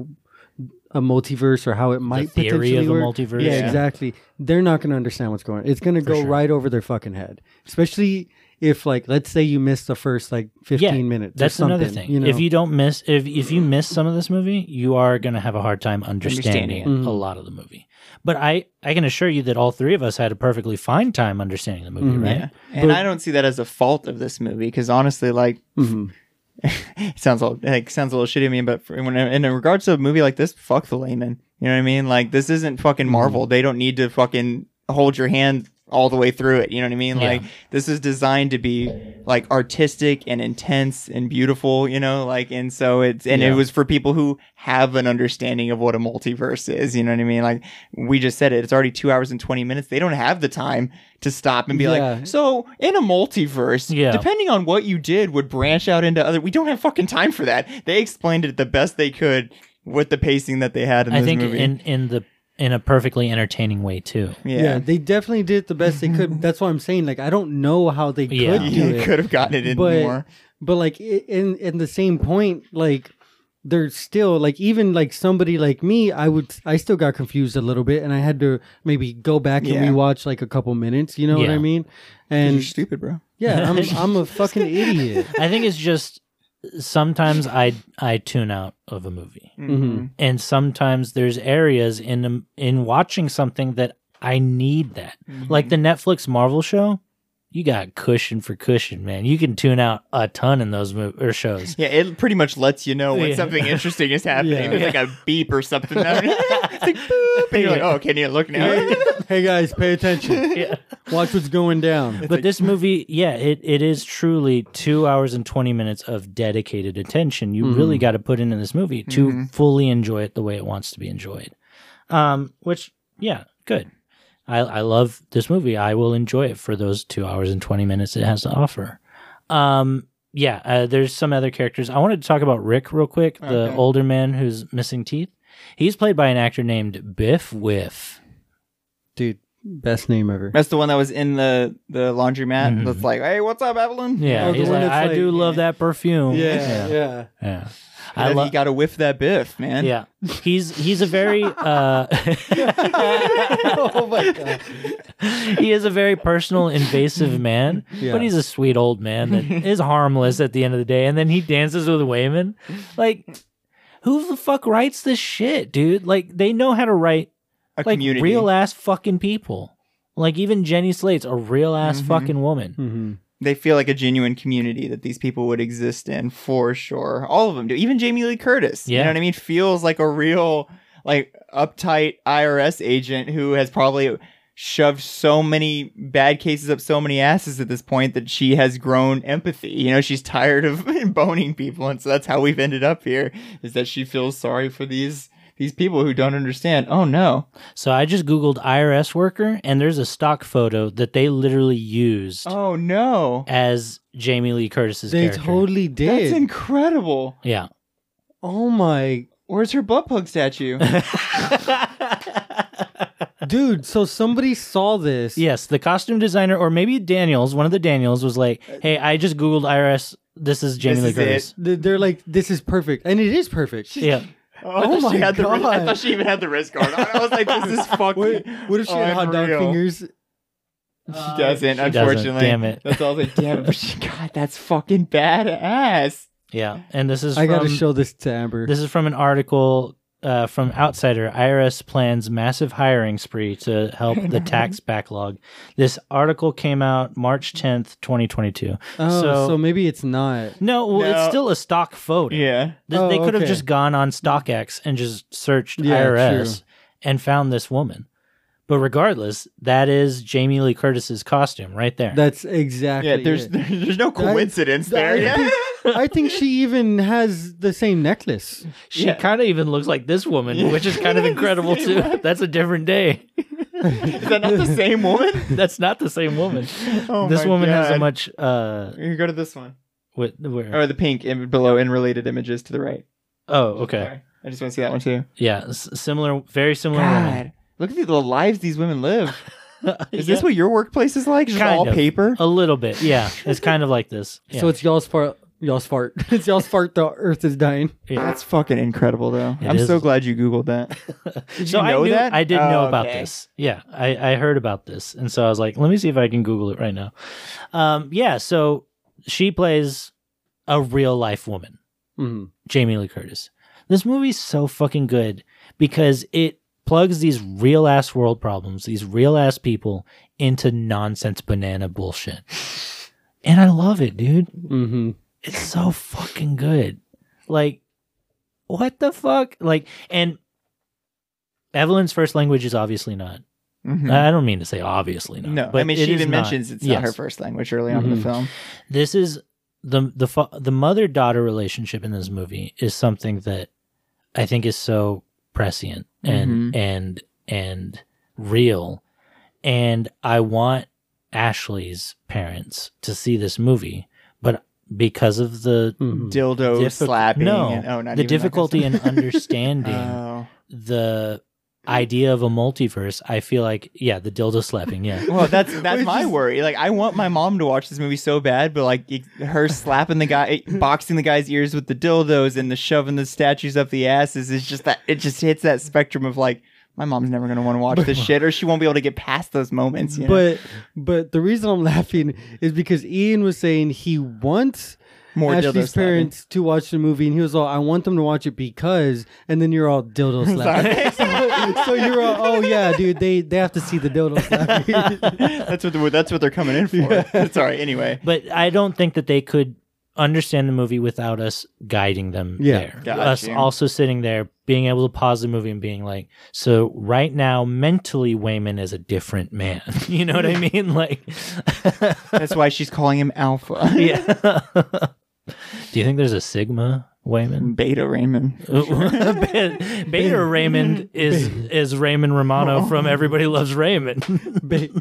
a multiverse or how it the might theory potentially of the work. multiverse. Yeah, Yeah. exactly. They're not going to understand what's going on. It's going to For go sure. right over their fucking head. Especially if, like, let's say you missed the first, like, 15 minutes. or That's another something, thing. You know? If you don't miss if if you miss some of this movie, you are going to have a hard time understanding, Understanding it. Mhm. a lot of the movie. But I I can assure you that all three of us had a perfectly fine time understanding the movie, Mhm. right? Mm, Yeah. And But- I don't see that as a fault of this movie because honestly, like, Mhm. it sounds all like sounds a little shitty to me, but for, when, in regards to a movie like this, fuck the layman. You know what I mean? Like, this isn't fucking Mm-hmm. Marvel. They don't need to fucking hold your hand all the way through it. You know what I mean? Yeah. Like, this is designed to be like artistic and intense and beautiful. You know, like, and so it's and Yeah. it was for people who have an understanding of what a multiverse is. You know what I mean? Like, we just said it. It's already two hours and twenty minutes. They don't have the time to stop and be Yeah. like, so in a multiverse, Yeah. depending on what you did, would branch out into other. We don't have fucking time for that. They explained it the best they could with the pacing that they had in I this think movie. in in the in a perfectly entertaining way too. yeah, yeah. they definitely did the best they could. That's what I'm saying. Like, I don't know how they Yeah. could do you it. could have gotten it in But- more. but like i- in in the same point like they're still like even like somebody like me i would i still got confused a little bit and i had to maybe go back Yeah. and rewatch like a couple minutes you know what Yeah. i mean You're and stupid, bro. yeah i'm i'm a fucking idiot I think it's just sometimes I I tune out of a movie. Mhm. and sometimes there's areas in um, in watching something that I need that. Like the Netflix Marvel show, you got cushion for cushion, man. You can tune out a ton in those mov- or shows. Yeah, it pretty much lets you know when Yeah. something interesting is happening. Yeah. There's like a beep or something. it's like boop, and you're like, oh, can you look now? hey, Mm-hmm. hey guys pay attention Yeah. watch what's going down But this movie, yeah, it, it is truly two hours and 20 minutes of dedicated attention. You Mm-hmm. really got to put into this movie to fully enjoy it the way it wants to be enjoyed. Um, which, yeah, good. I, I love this movie. I will enjoy it for those two hours and 20 minutes it has to offer. Um, yeah, uh, there's some other characters. I wanted to talk about Rick real quick, the Okay. older man who's missing teeth. He's played by an actor named Biff Whiff. dude best name ever That's the one that was in the the laundromat. Mhm. That's like, hey, what's up, Evelyn? Yeah, Oh, the he's one like, that's I do like- love that perfume. yeah yeah Yeah. I I love. you got to whiff that biff, man. Yeah, he's he's a very uh, oh my god he is a very personal, invasive man, Yeah. but he's a sweet old man that is harmless at the end of the day. And then he dances with Wayman. Like, who the fuck writes this shit, dude? Like, they know how to write a like community. real ass fucking people. Like even Jenny Slate's a real ass Mm-hmm. fucking woman. Mhm. they feel like a genuine community that these people would exist in for sure. All of them do. Even Jamie Lee Curtis, you Yeah. know what I mean, feels like a real like uptight IRS agent who has probably shoved so many bad cases up so many asses at this point that she has grown empathy. You know, she's tired of boning people and so that's how we've ended up here is that she feels sorry for these these people who don't understand. Oh no. So I just googled IRS worker, and there's a stock photo that they literally used Oh no. as Jamie Lee Curtis's they character. totally That's did incredible. yeah. oh my Where's her butt plug statue? dude so somebody saw this Yes, the costume designer, or maybe Daniels, one of the Daniels, was like, "Hey, I just googled IRS. This is Jamie Uh, This Lee is Curtis." They- they're like this is perfect and it is perfect Yeah, Oh, I Oh thought she my had the wrist- I God. thought she even had the wrist guard on. I was like, this is fucking. What, what Oh, if she had hot dog unreal. fingers? She doesn't, Uh, doesn't, unfortunately. damn it. That's all I was like, damn it. But she, God, that's fucking badass. yeah. And this is I from, gotta show this to Amber. This is from an article uh, from Outsider. IRS plans massive hiring spree to help the tax backlog. This article came out March tenth, twenty twenty two. oh, so- so, maybe it's not. No, well, it's No. still a stock photo. Yeah. Th- Oh, they could have okay. just gone on StockX and just searched Yeah, IRS and found this woman. But regardless, that is Jamie Lee Curtis's costume right there. That's exactly. Yeah, there's it. there's no coincidence there. I Yeah. I think she even has the same necklace. she yeah. kind of even looks like this woman, Yeah. which is kind of incredible too. That's a different day. Is that not the same woman? That's not the same woman. Oh this my woman has a God. much uh Here, go to this one. with where Or the pink in, below in related images to the right. Oh, okay. Sorry. I just want to see that one too. Yeah, s- similar very similar woman. God, look at the the lives these women live. Is Yeah. this what your workplace is like? Just Kind all of. Oh. paper? a little bit? Yeah. It's kind of like this. Yeah. So it's y'all's fart. Y'all's fart. it's y'all's fart. The earth is dying. yeah. That's fucking incredible, though. It I'm is. so glad you googled that. Did so you know I knew, that? I did Oh, know about okay. this. Yeah, I, I heard about this, and so I was like, let me see if I can Google it right now. Um, yeah, so she plays a real life woman, Mm-hmm. Jamie Lee Curtis. This movie's so fucking good because it plugs these real ass world problems, these real ass people into nonsense banana bullshit, and I love it, dude. Mm-hmm. It's so fucking good. Like, what the fuck? Like, and Evelyn's first language is obviously not. Mhm. I don't mean to say obviously not. no, but I mean it she is even not. mentions it's Yes. Mm-hmm. not her first language early on in Mhm. the film. This is the the fa- the mother daughter relationship in this movie is something that I think is so prescient and Mm-hmm. and and real, and I want Ashley's parents to see this movie, but because of the Mm-hmm. Dildo Difficult- Hmm. slapping. No, and, oh, not the even that kind of difficulty in stuff. understanding Oh. the idea of a multiverse. I feel like yeah, the dildo slapping. Yeah, Well, that's that's Which my is- worry. Like, I want my mom to watch this movie so bad, but like it- her slapping the guy, boxing the guy's ears with the dildos, and the shoving the statues up the asses is just that. It just hits that spectrum of like, my mom's never gonna want to watch this shit, or she won't be able to get past those moments. You know? But but the reason I'm laughing is because Ian was saying he wants more Ashley's dildo slapping. parents to watch the movie, and he was all, "I want them to watch it because," and then you're all dildo slapping. so, so you're all, "Oh yeah, dude, they they have to see the dildo slapping." that's what the, that's what they're coming in for. Sorry. Anyway, but I don't think that they could understand the movie without us guiding them Yeah. there. Got us you. also sitting there, being able to pause the movie and being like, so right now, mentally, Wayman is a different man. You know what I mean? Like, that's why she's calling him Alpha. yeah. Do you think there's a Sigma Wayman? Beta Raymond. Be- Beta Raymond is is Raymond Romano from Everybody Loves Raymond. Be-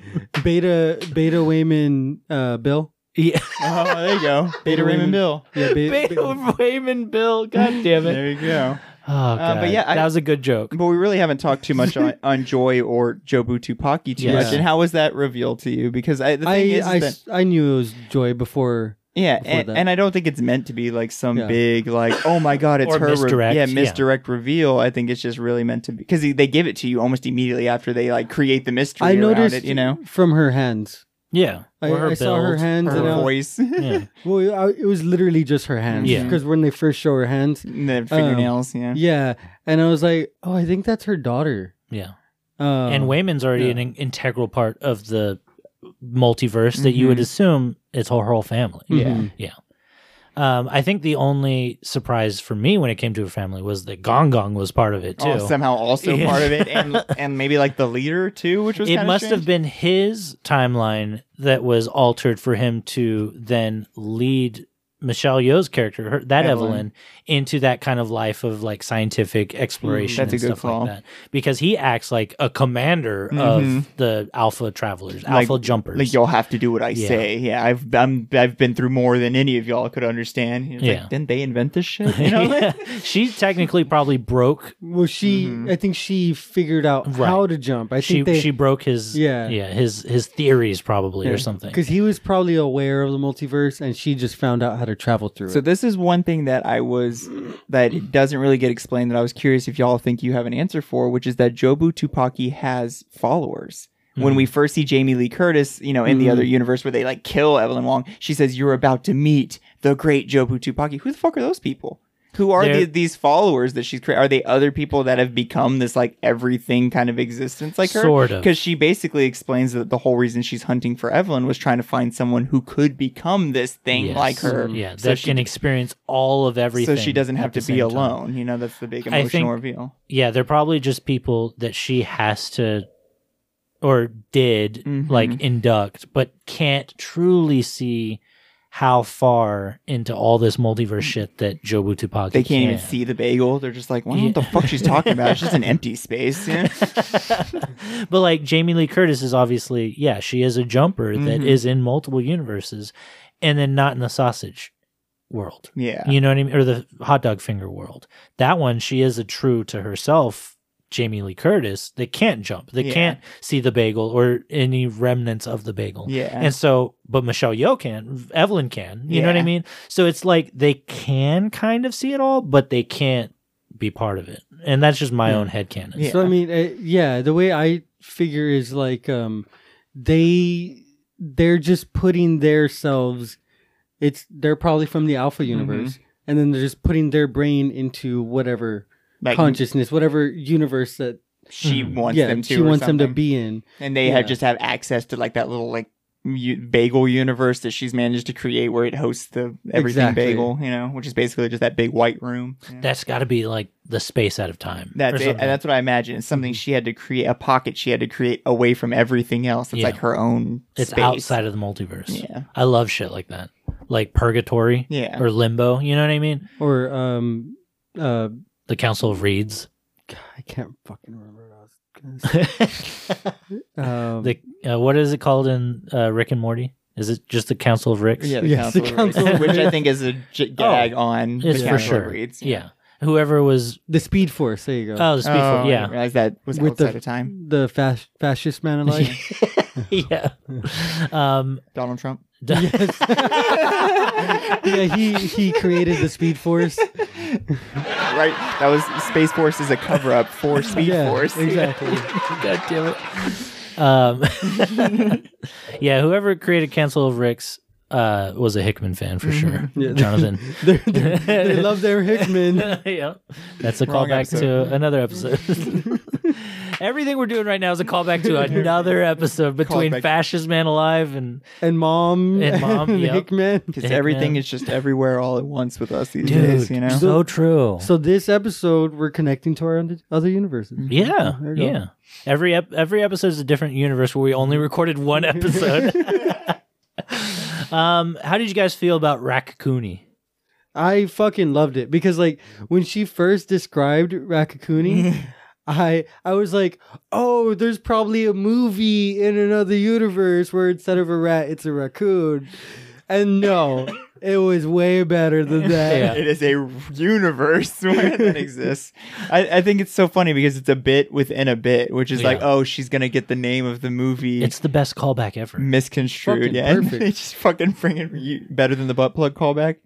beta Beta Wayman uh, Bill. yeah. Oh, there you go. Beta Raymond Raymond Bill. Yeah, be- Beta Raymond Bill. God damn it. There you go. Oh, Uh, God. but yeah, I- that was a good joke. But we really haven't talked too much on, on Joy or Jobu Tupaki too Yeah. much. And how was that revealed to you? Because I, the thing I is, is I, that- s- I knew it was Joy before. yeah, before and, that. and I don't think it's meant to be like some Yeah. big like, oh my god, it's Or her. re- misdirect, yeah, yeah. misdirect reveal. I think it's just really meant to be because they give it to you almost immediately after they like create the mystery I around noticed it. You know, from her hands. Yeah. I, Or I saw her build. hands her and I, voice, Yeah. well, I, it was literally just her hands. Yeah. because when they first show her hands, and the fingernails. yeah. yeah, and I was like, oh, I think that's her daughter. Yeah. Um, and Wayman's already yeah. an in- integral part of the multiverse that you would Mhm. Mm-hmm. assume it's her whole family. mhm. Um, I think the only surprise for me when it came to her family was that Gong Gong was part of it too. Oh, somehow also Yeah. part of it, and and maybe like the leader too, which was it kinda must strange. have been his timeline that was altered for him to then lead Michelle Yeoh's character, her, that Evelyn. Evelyn. into that kind of life of like scientific exploration Mm, that's and a good stuff call. like that. Because he acts like a commander Mhm. of the Alpha Travelers, Alpha Jumpers. Like you'll have to do what I Yeah. say. Yeah, I've I'm, I've been through more than any of y'all could understand. It's Yeah. like, didn't they invent this shit? You know? Yeah. she technically probably broke. Well, she, Mm-hmm. I think she figured out Right. how to jump. I She think they, she broke his Yeah. yeah his his theories probably or something. because he was probably aware of the multiverse, and she just found out how to travel through So it. this is one thing that I was that it doesn't really get explained that I was curious if y'all think you have an answer for, which is that Jobu Tupaki has followers. When Hmm. we first see Jamie Lee Curtis, you know, in the other universe where they like kill Evelyn Wong, she says, "You're about to meet the great Jobu Tupaki." Who the fuck are those people? Who are They're- the, these followers that she's creating? Are they other people that have become this like everything kind of existence like her? Sort of. because she basically explains that the whole reason she's hunting for Evelyn was trying to find someone who could become this thing Yes. Hmm. like her. Yeah, so that she can experience all of everything. so she doesn't at have the to be same time. alone. You know, that's the big I emotional think- reveal. Yeah, they're probably just people that she has to Mm-hmm. or did like induct, but can't truly see how far into all this multiverse shit that Jobu Tupaki They can't even can. see the bagel. They're just like, well, I don't know Yeah. what the fuck she's talking about? It's just an empty space. you know? but like Jamie Lee Curtis is obviously, yeah, she is a jumper that Mhm. is in multiple universes and then not in the sausage world. Yeah. You know what I mean? Or the hot dog finger world. That one, she is a true to herself Jamie Lee Curtis. They can't jump. They Yeah. can't see the bagel or any remnants of the bagel. Yeah. And so, but Michelle Yeoh can, Evelyn can. You know what I Yeah. mean? So it's like they can kind of see it all, but they can't be part of it. And that's just my Yeah. own headcanon. Yeah. So I mean, uh, yeah, the way I figure is like um they they're just putting themselves it's they're probably from the Mm-hmm. alpha universe and then they're just putting their brain into whatever like consciousness, whatever universe that she Mm. wants yeah, them to. she or wants them to something. be in. and they have Yeah. just have access to like that little like u- bagel universe that she's managed to create where it hosts the everything Exactly. bagel you know which is basically just that big white room you know? That's got to be like the space out of time. or that's it. something. Mm-hmm. And that's what i imagine it's something she had to create a pocket she had to create away from everything else it's Yeah. like her own It's space. outside of the multiverse. Yeah. I love shit like that. Like purgatory yeah or limbo. You know what I mean? Or um uh The Council of Reeds. God, I can't fucking remember what I was gonna say. the, Um, uh, what is it called in uh, Rick and Morty? Is it just the Council of Ricks? yeah, the Oh, Yes, the council, Council of Reeds, of which I Reeds. think is a j- gag on the It's council for of sure. Reeds. Yeah. Whoever was. the Speed Force, there you go. Oh, the speed Oh, force, I didn't Yeah. realize that was With the- outside of time. the fas- fascist man alive. Yeah. Um, Donald Trump. d- yeah, he he created the Speed Force. Right. That was Space Force is a cover up for Speed yeah, Force. exactly. God damn it. Um, yeah, whoever created Council of Ricks uh, was a Hickman fan for sure. Yeah. Jonathan. They're- they're- they love their Hickman. yeah. That's a Wrong callback episode. to another episode. Everything we're doing right now is a callback to another episode between Callback. Fascist Man Alive and and mom And mom, yep. Hickman. Because Heck everything yeah. is just everywhere all at once with us these Dude, days, you know? so true. So this episode, we're connecting to our other- other universes. yeah, There you go. yeah. Every ep- every episode is a different universe where we only recorded one episode. um, how did you guys feel about Raccoonie? I fucking loved it because, like, when she first described Rakakuni, I I was like, oh, there's probably a movie in another universe where instead of a rat, it's a raccoon, and no, it was way better than that. Yeah. It is a universe where that exists. I, I think it's so funny because it's a bit within a bit, which is like, Yeah. oh, she's gonna get the name of the movie It's the best callback ever. misconstrued. Fucking Yeah, and perfect. they just fucking freaking you better than the butt plug callback.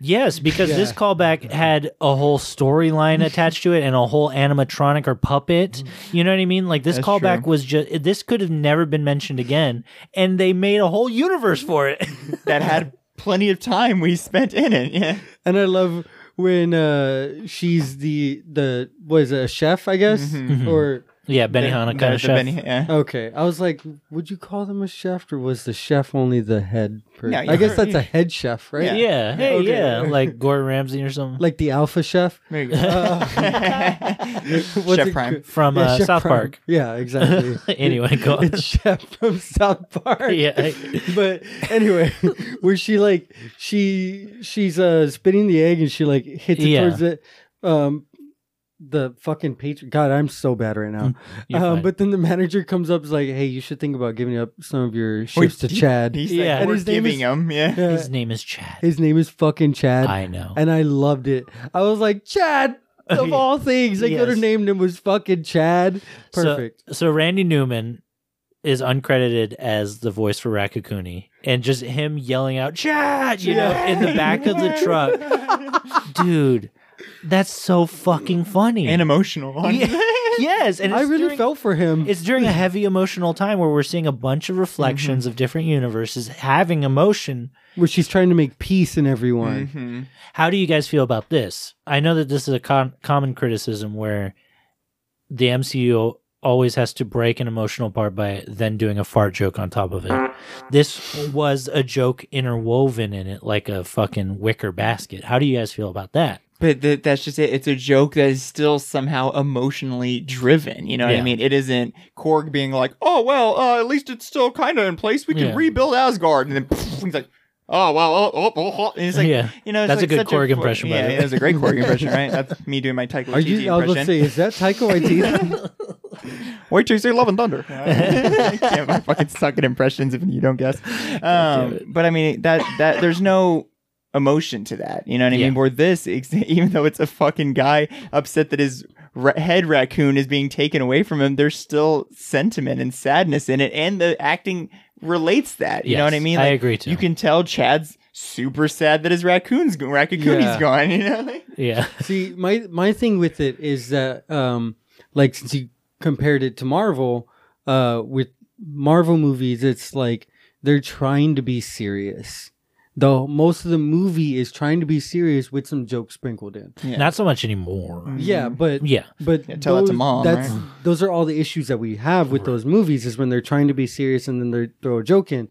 Yes, because this Yeah. callback had a whole storyline attached to it and a whole animatronic or puppet. You know what I mean? Like this That's callback true. was just this could have never been mentioned again, and they made a whole universe for it. That had plenty of time we spent in it. Yeah, And I love when uh she's the the was a chef, I guess, Mm-hmm. or yeah, Benny The- Hanna the- kind of the chef. Benny- yeah. okay. I was like, would you call them a chef, or was the chef only the head? Per- No, I guess you're- that's a head chef, right? yeah. Yeah. hey, Okay. yeah, like Gordon Ramsay or something Like the alpha chef There you go. Uh, What's Chef it Prime. ca- from Yeah, uh, Chef South Prime. Park. Yeah, exactly. Anyway, go on. it's chef from South Park. yeah, but anyway, where she like she she's uh spinning the egg and she like hits it Yeah. towards the um the fucking patron. God, I'm so bad right now. Mm, you're Um, fine. but then the manager comes up is like, "Hey, you should think about giving up some of your We're shifts to gi- Chad." He's Yeah. yeah, And we're his name giving is- him. Yeah, Yeah. his name is Chad. His name is fucking uh, Chad, I know. and I loved it. I was like, Chad. Of Yeah. all things, they could Yes. have named him was fucking Chad. So- Perfect. So, Randy Newman is uncredited as the voice for Rakakuni, and just him yelling out "Chad," you know, in the back of the truck, dude. That's so fucking funny. and emotional. Yeah. yes, and I it's really during- felt for him. It's during a heavy emotional time where we're seeing a bunch of Mm-hmm. reflections of different universes having emotion. where she's trying to make peace in everyone. Mm-hmm. Mhm. How do you guys feel about this? I know that this is a con- common criticism where the MCU always has to break an emotional part by then doing a fart joke on top of it. This was a joke interwoven in it like a fucking wicker basket. How do you guys feel about that? But th- that's just it. It's a joke that is still somehow emotionally driven. You know what Yeah. I mean? It isn't Korg being like, "Oh well, uh, at least it's still kind of in place. We can Yeah. rebuild Asgard." And then pff, he's like, oh wow, oh, oh, oh, oh. And it's like, Yeah. you know, it's That's a like good such Korg impression, by Yeah, the way. it was a great Korg impression, right? That's me doing my Taika Are Waititi you? I was impression. gonna say, is that Taika Waititi? Wait till you see Love and Thunder. Damn, I fucking suck at impressions if you don't guess. Um, but I mean that that there's no emotion to that. You know what I Yeah. mean? Where this, ex- even though it's a fucking guy upset that his ra- head raccoon is being taken away from him, there's still sentiment and sadness in it, and the acting relates that. You know Yes, what I mean? I agree too. You can tell Chad's super sad that his raccoon's go- raccoon Yeah. has gone. You know. Like, Yeah. See, my my thing with it is that, um, like, since you compared it to Marvel, uh, with Marvel movies, it's like they're trying to be serious. Though most of the movie is trying to be serious with some jokes sprinkled in. Not so much anymore. Yeah, but Yeah. but Yeah, tell that to mom, That's right? those are all the issues that we have with those movies is when they're trying to be serious and then they throw a joke in.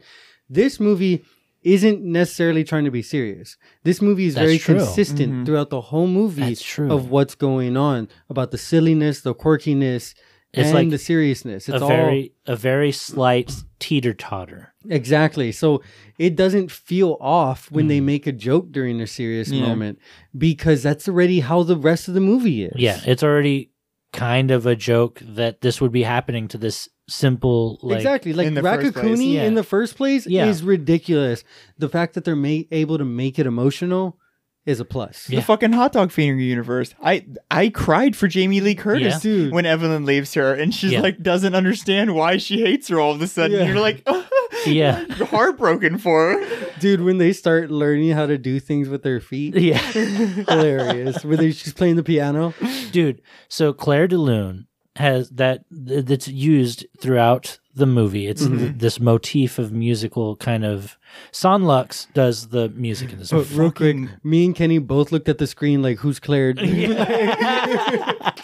This movie isn't necessarily trying to be serious. This movie is That's very true. consistent Mm-hmm. throughout the whole movie That's true. of what's going on about the silliness, the quirkiness, It's and like the seriousness. It's a all very a very slight teeter totter. Exactly. So it doesn't feel off when Mm. they make a joke during a serious moment because that's already how the rest of the movie is. Yeah, it's already kind of a joke that this would be happening to this simple like exactly. Like in the first place, Rakakuni yeah. in the first place Yeah. is ridiculous. The fact that they're ma- able to make it emotional is a plus. Yeah. The fucking hot dog finger universe. I I cried for Jamie Lee Curtis Yeah. Dude. when Evelyn leaves her and she's Yeah. like doesn't understand why she hates her all of a sudden. Yeah. You're like "Oh, Yeah. you're heartbroken for her. Dude, when they start learning how to do things with their feet, Yeah. hilarious. Whether she's playing the piano, Dude, so Claire de Lune has that th- that's used throughout the movie. It's Mm-hmm. th- this motif of musical kind of Son Lux does the music in this but movie. real quick, me and Kenny both looked at the screen like, "Who's Claire?"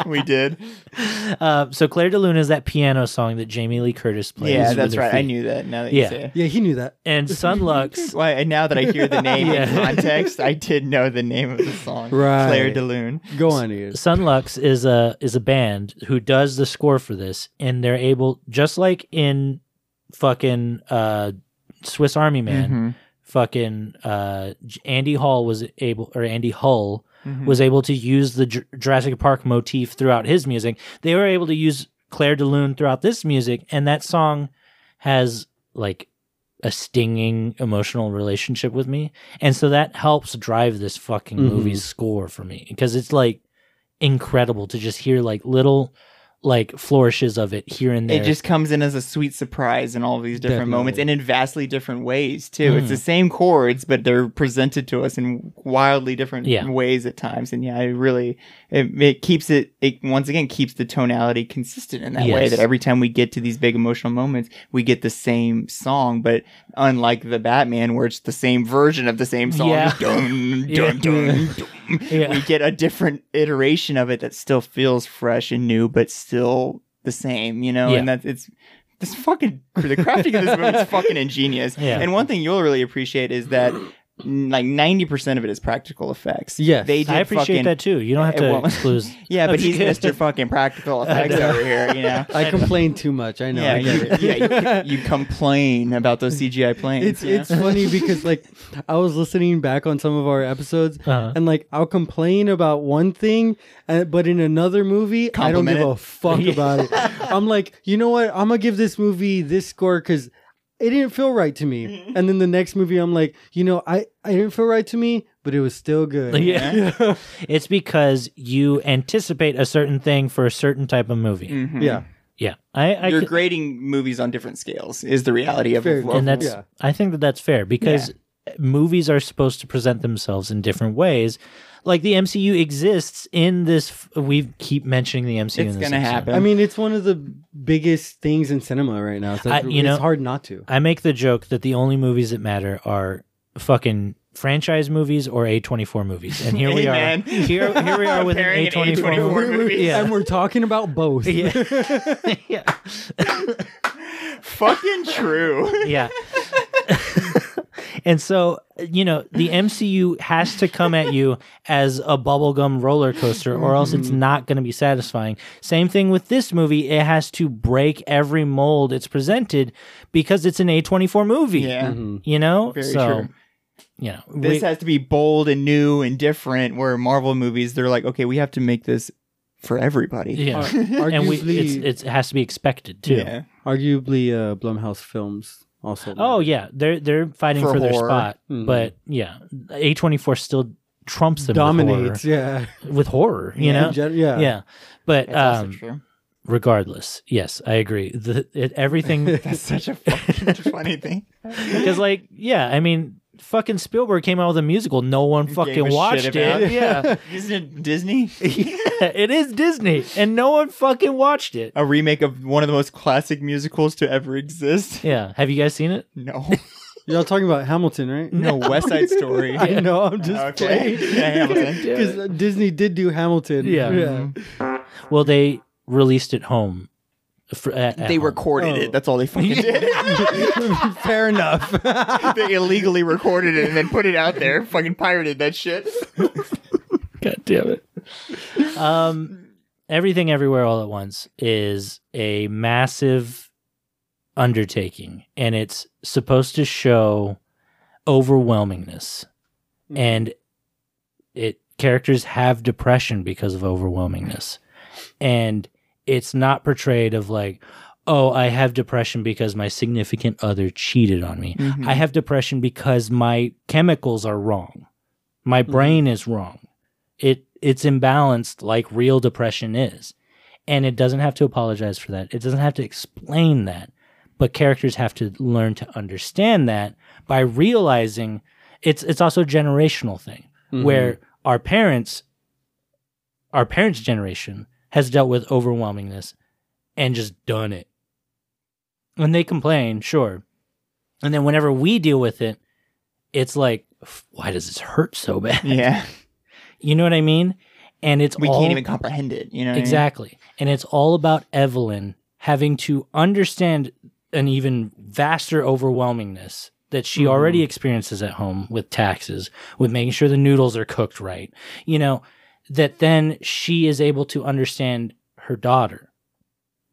We did. Uh, so Claire de Lune is that piano song that Jamie Lee Curtis plays. yeah, with that's her right. I feet. knew that now that Yeah. you say it. yeah, he knew that. And Sun Lux Why and now that I hear the name Yeah. in context, I did know the name of the song. Right. Claire de Lune. Go on, Ian. Sunlux is a is a band who does the score for this, and they're able just like in fucking uh, Swiss Army Man, Mm-hmm. fucking uh, J- Andy Hall was able or Andy Hull Mm-hmm. was Hmm. able to use the Jur- Jurassic Park motif throughout his music. They were able to use Claire de Lune throughout this music, and that song has like a stinging emotional relationship with me. And so that helps drive this fucking Mm-hmm. Mhm. movie's score for me because it's like incredible to just hear like little like flourishes of it here and there. It just comes in as a sweet surprise in all these different Definitely. moments and in vastly different ways too. Mm. It's the same chords, but they're presented to us in wildly different Yeah. ways at times. And yeah, I really it, it keeps it it once again keeps the tonality consistent in that way Yes. that every time we get to these big emotional moments, we get the same song, but unlike the Batman where it's the same version of the same song. Yeah. Dun, Yeah. dun, dun, dun. Yeah. We get a different iteration of it that still feels fresh and new, but still the same, you know? Yeah. And that's it's this fucking the crafting of this movie is fucking ingenious. Yeah. And one thing you'll really appreciate is that mm, like ninety percent of it is practical effects. Yes. They did I appreciate fucking, that too. You don't have it to won't- exclude. Yeah, but he's That's Mr. good. fucking practical effects know. over here, you know. I complain too much. I know. yeah, I get you, it. yeah, you, you complain about those CGI planes. It's yeah. it's funny because like I was listening back on some of our episodes Uh-huh. and like I'll complain about one thing, and, but in another movie I don't Compliment give it. a fuck about it. I'm like, you know what? I'm gonna give this movie this score because it didn't feel right to me. And then the next movie I'm like, you know, I I didn't feel right to me, but it was still good. Yeah. it's because you anticipate a certain thing for a certain type of movie. Mhm. Yeah. Yeah. I, I You're c- grading movies on different scales is the reality of Fair it. enough. and that's Yeah. I think that that's fair because movies are supposed to present themselves in different ways. Like the MCU exists in this. F- we keep mentioning the MCU. It's in this gonna episode. happen. I mean, it's one of the biggest things in cinema right now. So I- it's- you it's know- hard not to. I make the joke that the only movies that matter are fucking franchise movies or A24 movies. And here we are. Amen. Here, here we are with Comparing an an A24, A24 movie. movie. Yeah. And we're talking about both. Yeah. yeah. fucking true. yeah. and so, you know, the MCU has to come at you as a bubblegum roller coaster, or else Mm-hmm. it's not going to be satisfying. Same thing with this movie. It has to break every mold it's presented because it's an A24 movie. yeah. You know? Very so, true. you know, this we- has to be bold and new and different. Where Marvel movies, they're like, okay, we have to make this for everybody. yeah. Arguably, and we it's, it's, it has to be expected too. Yeah. arguably, uh, Blumhouse films also. Oh yeah, they're they're fighting For for, their horror. spot, Mhm. but yeah, A twenty four still trumps them dominates. Yeah, with horror, with horror you Yeah. know. In gen- yeah. Yeah. but That's also um, true. regardless, yes, I agree. The, it, everything That's such a fucking funny thing. because like yeah, I mean, fucking Spielberg came out with a musical, no one Gave a fucking shit watched it. about it. Yeah, Isn't it Disney? it is Disney, and no one fucking watched it. A remake of one of the most classic musicals to ever exist? Yeah, have you guys seen it? No. Y'all talking about Hamilton, right? No, West Side Story. I know. I'm just Okay. Yeah, Hamilton. because uh, Disney did do Hamilton. Yeah. Well, they released it home. For, at, at They home. recorded it. That's all they fucking did. Fair enough. they illegally recorded it and then put it out there. Fucking pirated that shit. God damn it. Um, Everything Everywhere All at Once is a massive undertaking, and it's supposed to show overwhelmingness. And it characters have depression because of overwhelmingness. And it's not portrayed of like, oh, I have depression because my significant other cheated on me. I have depression because my chemicals are wrong. My brain is wrong. It it's imbalanced like real depression is. And it doesn't have to apologize for that. It doesn't have to explain that. But characters have to learn to understand that by realizing it's it's also a generational thing where our parents our parents' generation has dealt with overwhelmingness and just done it. And they complain, sure. And then whenever we deal with it, it's like, "F- why does this hurt so bad? Yeah. You know what I mean? And it's We all, can't even comprehend it. You know what I mean? exactly, and it's all about Evelyn having to understand an even vaster overwhelmingness that Mm-hmm. she already experiences at home with taxes, with making sure the noodles are cooked right. You know, that then she is able to understand her daughter.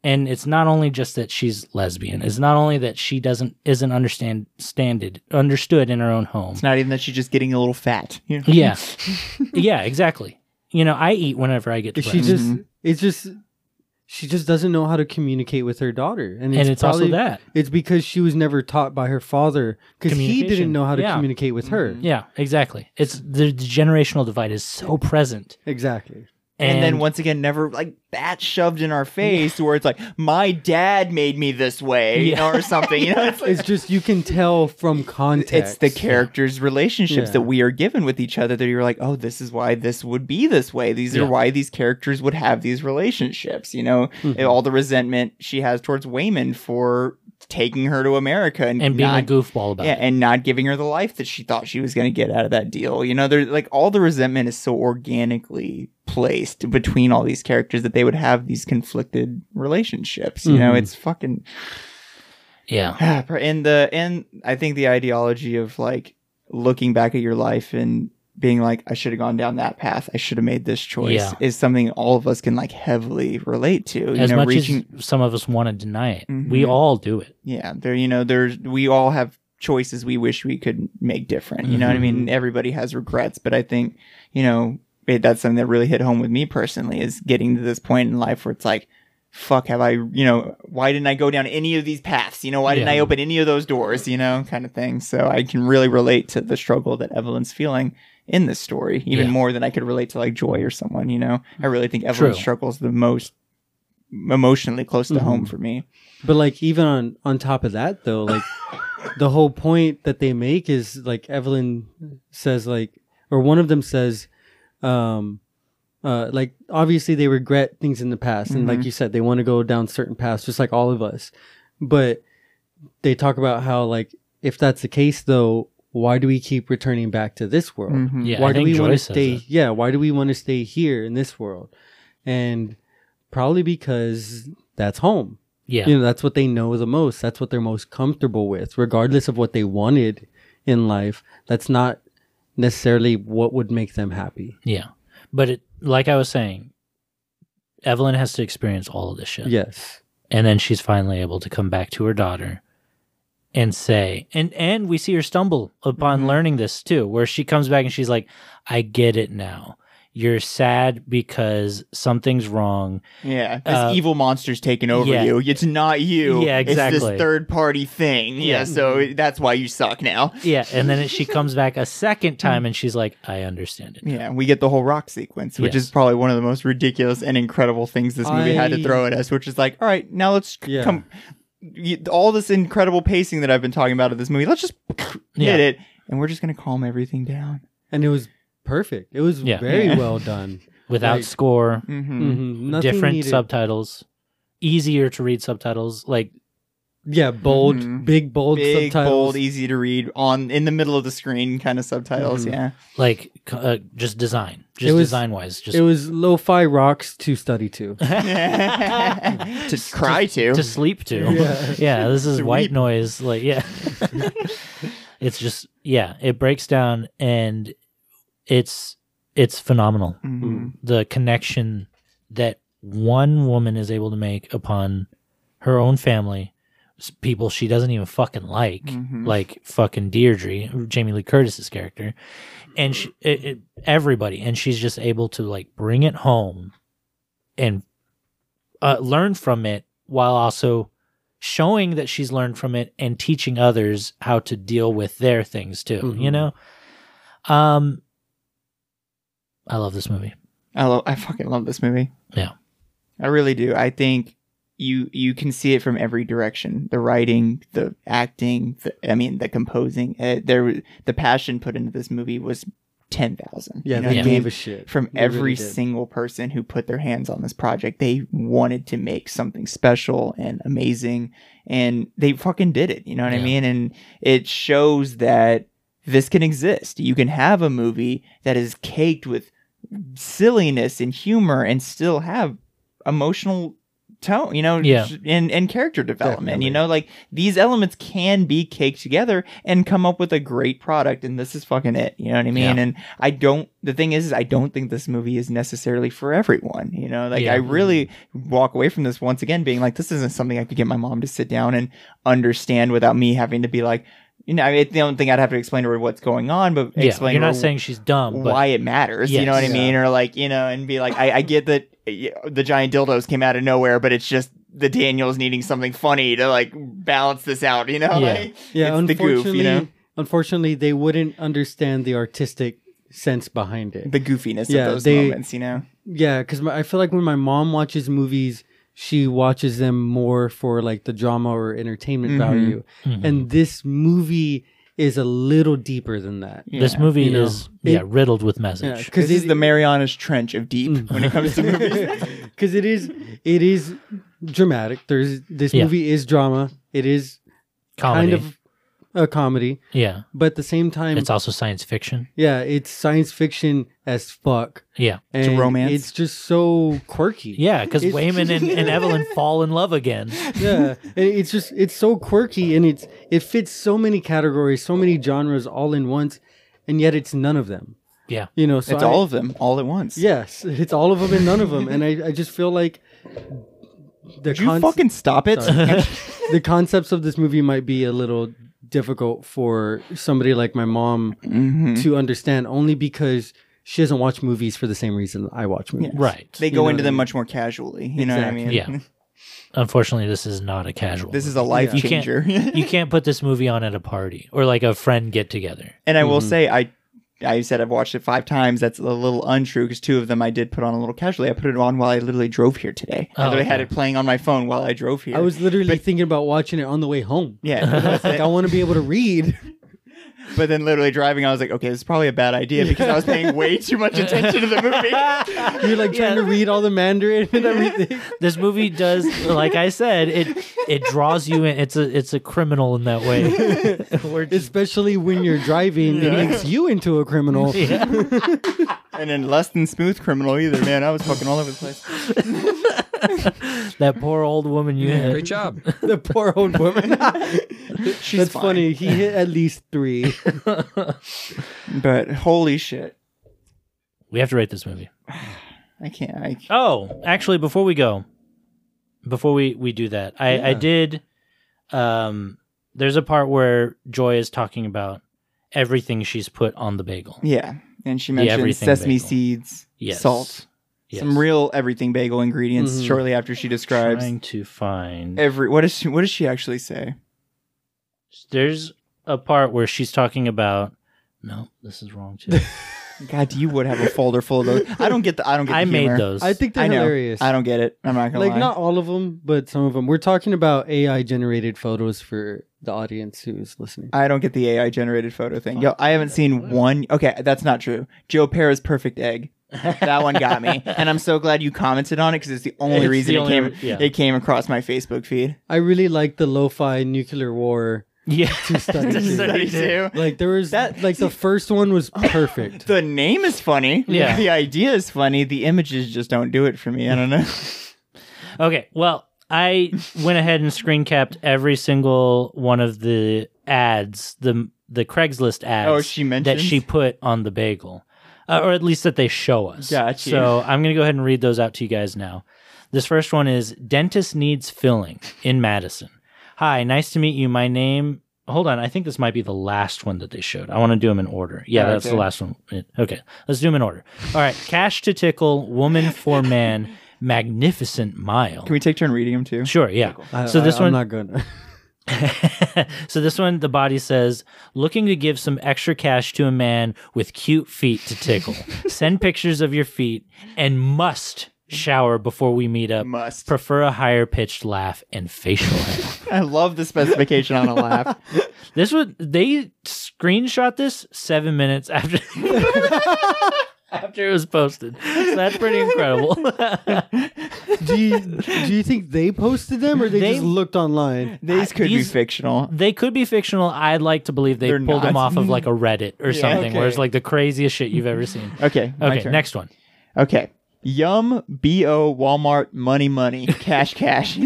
And it's not only just that she's lesbian. It's not only that she doesn't isn't understand standed understood in her own home. It's not even that she's just getting a little fat. You know? Yeah. yeah, exactly. You know, I eat whenever I get to She breakfast. just Mm-hmm. it's just she just doesn't know how to communicate with her daughter, and it's, and it's also probably- that. It's because she was never taught by her father because he didn't Communication. know how to Yeah. communicate with her. Mm-hmm. Yeah, exactly. It's the, the generational divide is so present. Exactly. And, And, then once again, never like that shoved in our face where it's like, my dad made me this way you Yeah. know, or something. You know, it's like, It's just you can tell from context. it's the characters' relationships Yeah. that we are given with each other that you're like, oh, this is why this would be this way. These Yeah. are why these characters would have these relationships. You know, Mm-hmm. And all the resentment she has towards Wayman for taking her to America and, and being not a goofball about yeah, it. and not giving her the life that she thought she was going to get out of that deal. You know, there's like all the resentment is so organically placed between all these characters that they would have these conflicted relationships. You Mm-hmm. know, Mhm. it's fucking ah, Yeah. and the and I think the ideology of like looking back at your life and being like I should have gone down that path. I should have made this choice Yeah. is something all of us can like heavily relate to. You As know, much reaching as some of us want to deny it, we Mhm. all do it. yeah there you know there's we all have choices we wish we could make different you know what i Mm-hmm. mean everybody has regrets but i think you know it, that's something that really hit home with me personally is getting to this point in life where it's like fuck have i you know why didn't i go down any of these paths you know why didn't Yeah. i open any of those doors you know kind of thing so i can really relate to the struggle that evelyn's feeling in this story even Yeah. more than i could relate to like joy or someone you know i really think evelyn True. struggles the most emotionally close to Mhm. Mm-hmm. home for me But like even on on top of that though, like the whole point that they make is like Evelyn says like or one of them says um uh like obviously they regret things in the past and like you said they want to go down certain paths just like all of us. But they talk about how like if that's the case though, why do we keep returning back to this world? Mhm. Yeah. why I do think we Joy want to says stay it. yeah why do we want to stay here in this world and probably because that's home Yeah. you know that's what they know the most that's what they're most comfortable with regardless of what they wanted in life that's not necessarily what would make them happy Yeah. But it like I was saying, Evelyn has to experience all of this shit. yes And then she's finally able to come back to her daughter and say and and we see her stumble upon Mm-hmm. learning this too where she comes back and she's like i get it now you're sad because something's wrong Yeah, this Uh, evil monster's taking over yeah. you. It's not you. Yeah, It's exactly. this third party thing. Yeah, Yeah. so that's why you suck now. yeah and then she comes back a second time and she's like i understand it Yeah, we get the whole rock sequence, which Yes. is probably one of the most ridiculous and incredible things this movie had I- to throw at us. Which is like, all right, now let's c- Yeah. come. y- All this incredible pacing that I've been talking about of this movie, let's just hit Yeah. it, and we're just gonna calm everything down. and it was perfect. It was Yeah. very Yeah. well done. without Right. score Mm-hmm. hmm different needed. subtitles easier to read subtitles like Yeah, bold, Mhm. big bold Big, subtitles. bold, e- easy to read on in the middle of the screen kind of subtitles. Mm-hmm. Mhm. Yeah, like c- uh, just design It just was- design wise just It was lo-fi rocks to study to. to cry to. to sleep to. Yeah. Yeah, this is To white weep. noise. Like, yeah, it's just yeah, it breaks down and it's it's phenomenal Mhm. the connection that one woman is able to make upon her own family, s- people she doesn't even fucking like, Mhm. like fucking Deirdre, Jamie Lee Curtis's character, and she, it, it, everybody, and she's just able to like bring it home and uh, learn from it while also showing that she's learned from it and teaching others how to deal with their things too. You Mhm. know, um, I love this movie. I love I fucking love this movie. Yeah. I really do. I think you you can see it from every direction. The writing, the acting, the, I mean the composing. Uh, there was- the passion put into this movie was 10,000. Yeah, You know they what I gave mean? a shit from They every really did. single person who put their hands on this project. They wanted to make something special and amazing, and they fucking did it. You know what I Yeah. mean? And it shows that this can exist. You can have a movie that is caked with silliness and humor and still have emotional tone you know Yeah. and and character development Definitely. you know like these elements can be caked together and come up with a great product and this is fucking it you know what i mean Yeah. and i don't the thing is, is i don't think this movie is necessarily for everyone you know like Yeah. Mm-hmm. i really walk away from this once again being like this isn't something i could get my mom to sit down and understand without me having to be like you know, I mean, the only thing I'd have to explain to her what's going on, but Yeah, explain you're to not her saying she's dumb, but why it matters. You know what I Yes. mean? Or like, you know, and be like, I, I get that uh, y- the giant dildos came out of nowhere, but it's just the Daniels needing something funny to like balance this out. You know, Yeah. Like, Yeah, it's the unfortunately, goof. You know, unfortunately, they wouldn't understand the artistic sense behind it. the goofiness Yeah, of those they- moments. You know, Yeah, because I feel like when my mom watches movies, she watches them more for like the drama or entertainment Mhm. value, Mhm. and this movie is a little deeper than that. this Yeah. movie you know, is yeah it- riddled with Yeah, message. This because is the Marianas Trench of deep Mm. when it comes to movies. because it is it is dramatic. There's this Yeah. movie is drama. It is Comedy, kind of a comedy, yeah. but at the same time, It's also science fiction. yeah, it's science fiction as fuck. Yeah, And romance. It's just so quirky. yeah, because It's- Wayman and, and Evelyn fall in love again. yeah and it's just it's so quirky and it's it fits so many categories so many genres all in once and yet it's none of them Yeah. you know so it's I- all of them all at once. yes it's all of them and none of them and i, I just feel like the Did you conce- fucking stop it? the concepts of this movie might be a little difficult for somebody like my mom Mhm. to understand only because she doesn't watch movies for the same reason i watch movies Right. They You go know into what I them mean. much more casually. You know what I mean? Exactly. Yeah. Unfortunately, this is not a casual. This is a life You can't- changer. you can't put this movie on at a party or like a friend get together. And I will Mhm. say, I I said I've watched it five times. That's a little untrue because two of them I did put on a little casually. I put it on while I literally drove here today. I Oh, literally had okay. it playing on my phone while I drove here. i was literally thinking about watching it on the way home yeah, that's like it. i want to be able to read but then literally driving, I was like, okay, this is probably a bad idea because I was paying way too much attention to the movie. You're like trying to read all the Mandarin and everything. This movie does, like I said, it it draws you in. It's a it's a criminal in that way. We're just- Especially when you're driving, it makes you into a criminal. yeah. and then less than smooth criminal either, man. I was fucking all over the place. That poor old woman you had. Great job. The poor old woman. She's That's fine. funny. He hit at least three. but holy shit, We have to rate this movie. I can't. I can't. Oh, actually, before we go, before we we do that, I I Yeah. did um there's a part where Joy is talking about everything she's put on the bagel. Yeah. And she The mentioned everything sesame bagel. seeds, Yes. salt, Yes. Mm-hmm. some real everything bagel ingredients Mhm. shortly after she describes trying to find. every what does she what does she actually say? There's a part where she's talking about. No, this is wrong too. God, you would have a folder full of those. I don't get the I don't get I the made humor. those. I think they're I know. hilarious. I don't get it. I'm not gonna like lie. not all of them, but some of them. We're talking about AI generated photos for the audience who's listening. I don't get the AI generated photo thing. Yo, I haven't seen one. Okay, that's not true. Joe Pera's perfect egg. That one got me, and I'm so glad you commented on it because it's the only It's reason the it only came. re- yeah. It came across my Facebook feed. I really like the lo-fi nuclear war. yeah. study To too. study too. Like there was That- like the first one was perfect. The name is funny. Yeah. The idea is funny. The images just don't do it for me. I don't know. Okay, well, I went ahead and screen capped every single one of the ads, the the Craigslist ads. Oh, she that mentions? she put on the bagel, uh, or at least that they show us. Gotcha. So I'm gonna go ahead and read those out to you guys now. This first one is dentist needs filling in Madison. Hi, nice to meet you. My name. Hold on, I think this might be the last one that they showed. I want to do them in order. Yeah, that's the Okay. last one. Okay, let's do them in order. All right, cash to tickle, woman for man, magnificent mile. Can we take turn reading them too? Sure, yeah. I, so this Uh, I, one, I'm not gonna. so this one, the body says, looking to give some extra cash to a man with cute feet to tickle. Send pictures of your feet and must shower before we meet up. Must. Prefer a higher pitched laugh and facial hair. I love the specification on a laugh. this was they screenshot this seven minutes after. After it was posted, so that's pretty incredible. do you do you think they posted them or they, They- just looked online? These could These- be fictional. they could be fictional. I'd like to believe they They're pulled them not. off of like a Reddit or something, where it's okay. like the craziest shit you've ever seen. Okay. my Okay, turn. next one. Okay. Yum, BO, Walmart, money, money, cash, cash.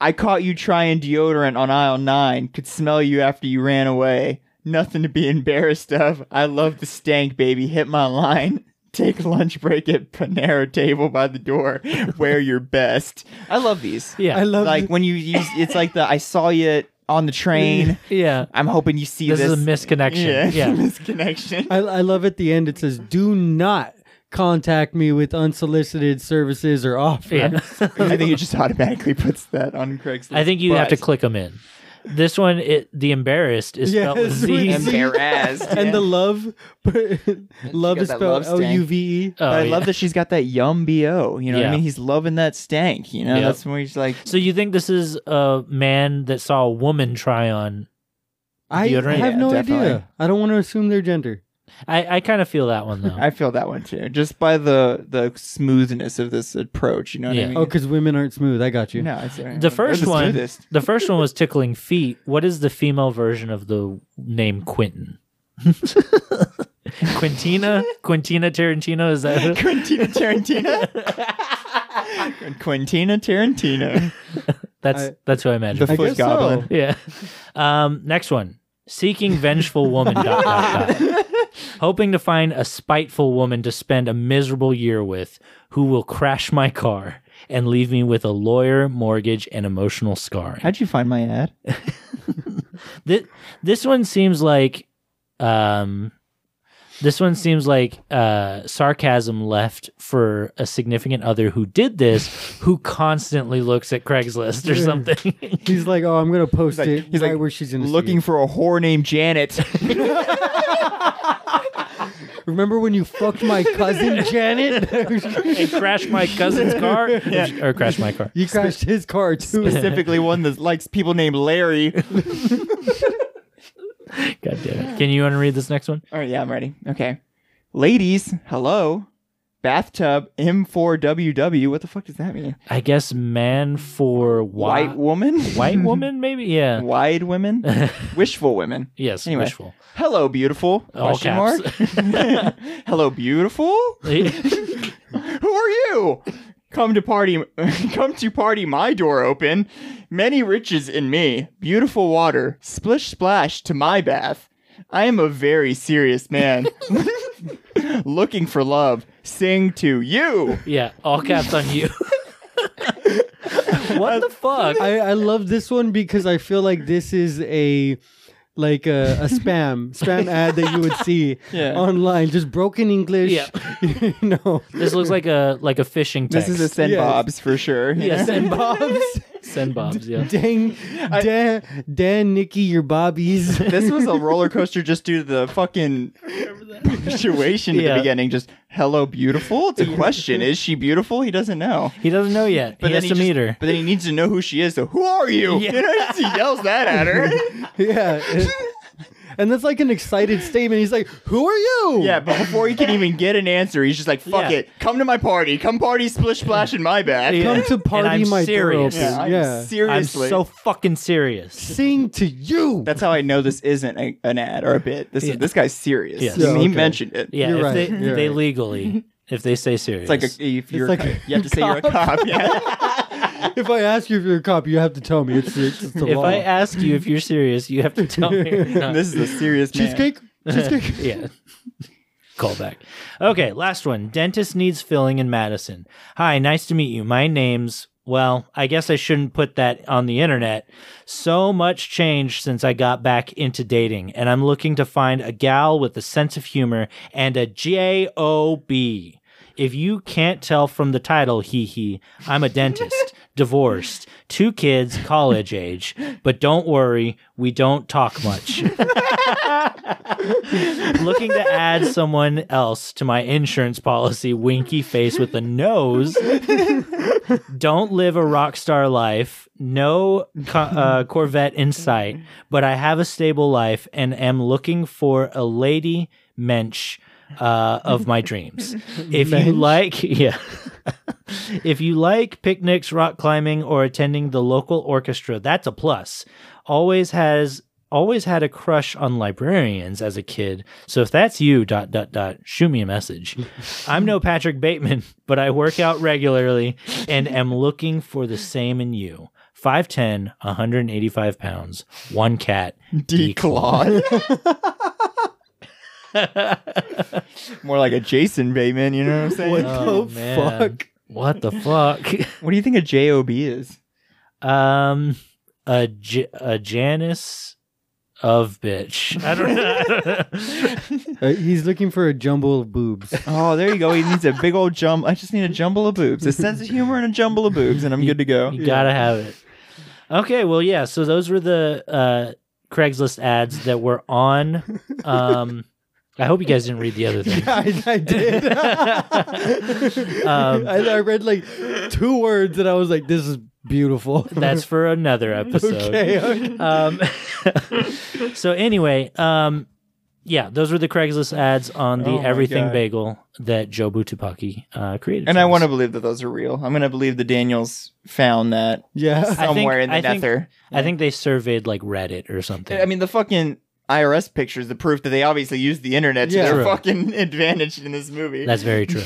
I caught you trying deodorant on aisle nine. Could smell you after you ran away. Nothing to be embarrassed of. I love the stank, baby. Hit my line. Take lunch break at Panera table by the door. Wear your best. I love these. Yeah. I love Like when you use, it's like the I saw you on the train. Yeah. I'm hoping you see This this. is a misconnection. Yeah, Yeah. misconnection. I, I love at the end it says do not contact me with unsolicited services or offers. Yeah. I think it just automatically puts that on Craigslist. I think you have to But- click them in. This one, it, the embarrassed is spelled with Yes, Z. with Z. Embarrassed. And the love, love got is that spelled love O stank. U V E. Oh, but I yeah. love that she's got that yum bo. You know what Yeah. I mean? He's loving that stank. You know, Yep. that's when he's like, So you think this is a man that saw a woman try on? I have Deodorant? Yeah, no definitely. idea. I don't want to assume their gender. I, I kind of feel that one though. I feel that one too, just by the the smoothness of this approach. You know what Yeah. I mean? Oh, because women aren't smooth. I got you. no, it's all right. the first They're the one, smoothest. the first one was tickling feet. What is the female version of the name Quentin? Quintina, Quintina Tarantino is that? Quentina Tarantino. Quentina Tarantino. That's I- that's who I imagine. The I foot guess so. goblin. Yeah. Um, next one. Seeking vengeful woman. dot, dot, dot. Hoping to find a spiteful woman to spend a miserable year with who will crash my car and leave me with a lawyer, mortgage, and emotional scarring. How'd you find my ad? This, this one seems like um this one seems like uh sarcasm left for a significant other who did this who constantly looks at Craigslist or something. He's like, oh, I'm gonna post like- it he's right like, where she's gonna see Looking it." for a whore named Janet. Remember when you fucked my cousin Janet? and crash my cousin's car or crash my car. you crashed his car too. Specifically, one that likes people named Larry. God damn it. Can you unread this next one? All right, Oh, yeah, I'm ready. Okay. Ladies, hello. Bathtub M4WW. What the fuck does that mean? I guess man for wi- White woman? white woman maybe? Yeah. Wide women? Wishful women. Yes, Anyway. wishful. Hello, beautiful. All Question caps. mark. hello, beautiful. Who are you? Come to party. come to party. My door open. Many riches in me. Beautiful water. Splish splash to my bath. I am a very serious man. Looking for love. Sing to you. yeah, all caps on you. what the fuck? I, I love this one because I feel like this is a like a, a spam spam ad that you would see Yeah. online, just broken English. Yeah. you know. this looks like a like a fishing This is text. a send Yes. bobs for sure. yeah, send, And Bob's send bobs. Yeah, dang, Dan, Dan, Nikki, your Bobbies. This was a roller coaster just due to the fucking situation at Yeah. the beginning. Just hello, beautiful. It's a question. Is she beautiful? He doesn't know. he doesn't know yet. he has to just- meet her. But then he needs to know who she is. So who are you? Yeah. You know, he yells that at her. yeah. And that's like an excited statement. He's like, "Who are you?" yeah, but before he can even get an answer, he's just like, "Fuck Yeah. it, come to my party, come party, splish splash in my back." Yeah. come to And party, I'm my serious. therapist. Yeah, I'm yeah. seriously. I'm so fucking serious. Sing to you. That's how I know this isn't a, an ad or a bit. This Yeah. is this guy's serious. Yes. I mean, he Yeah, okay. mentioned it. Yeah, You're if right, they, you're they right. legally, if they say It's serious, like a, if you're like a, a cop, you have to say you're a cop. Yeah. if I ask you if you're a cop, you have to tell me. It's, it's, it's a if law. I ask you if you're serious, you have to tell me. you're not. this is a serious man. cheesecake, cheesecake. yeah. Call back. Okay, last one. Dentist needs filling in Madison. Hi, nice to meet you. My name's, well, I guess I shouldn't put that on the internet. So much changed since I got back into dating, and I'm looking to find a gal with a sense of humor and a J O B. If you can't tell from the title, hee hee, I'm a dentist, divorced, two kids, college age. But don't worry, we don't talk much looking to add someone else to my insurance policy winky face with a nose don't live a rock star life no co- uh, corvette in sight but i have a stable life and am looking for a lady mensch uh, of my dreams if you like yeah if you like picnics, rock climbing, or attending the local orchestra, that's a plus. Always has always had a crush on librarians as a kid. So if that's you, dot dot dot, shoot me a message. I'm no Patrick Bateman, but I work out regularly and am looking for the same in you. 5'10, 185 pounds, one cat, Declawed. More like a Jason Bateman, you know what I'm saying? What What, Oh, the man. fuck? What the fuck? do you think a JOB is? Um, a, J- a Janice of bitch. I don't know. I don't know. Uh, he's looking for a jumble of boobs. Oh, there you go. He needs a big old jumble. I just need a jumble of boobs, a sense of humor, and a jumble of boobs, and I'm good to go. you gotta have it. Okay, well, yeah. So those were the uh, Craigslist ads that were on. Um, I hope you guys didn't read the other thing. I, I did. Um, I, I read like two words and I was like, "This is beautiful." That's for another episode. okay. okay. Um, so anyway, um, yeah, those were the Craigslist ads on the Oh my Everything God. Bagel that Joe Butupaki uh, created. And for I us. want to believe that those are real. I'm going to believe the Daniels found that Yeah. think- somewhere in the I think- nether. I think they surveyed like Reddit or something. I mean, the fucking IRS pictures, the proof that they obviously used the internet to Yeah. their True. fucking advantage in this movie. That's very true.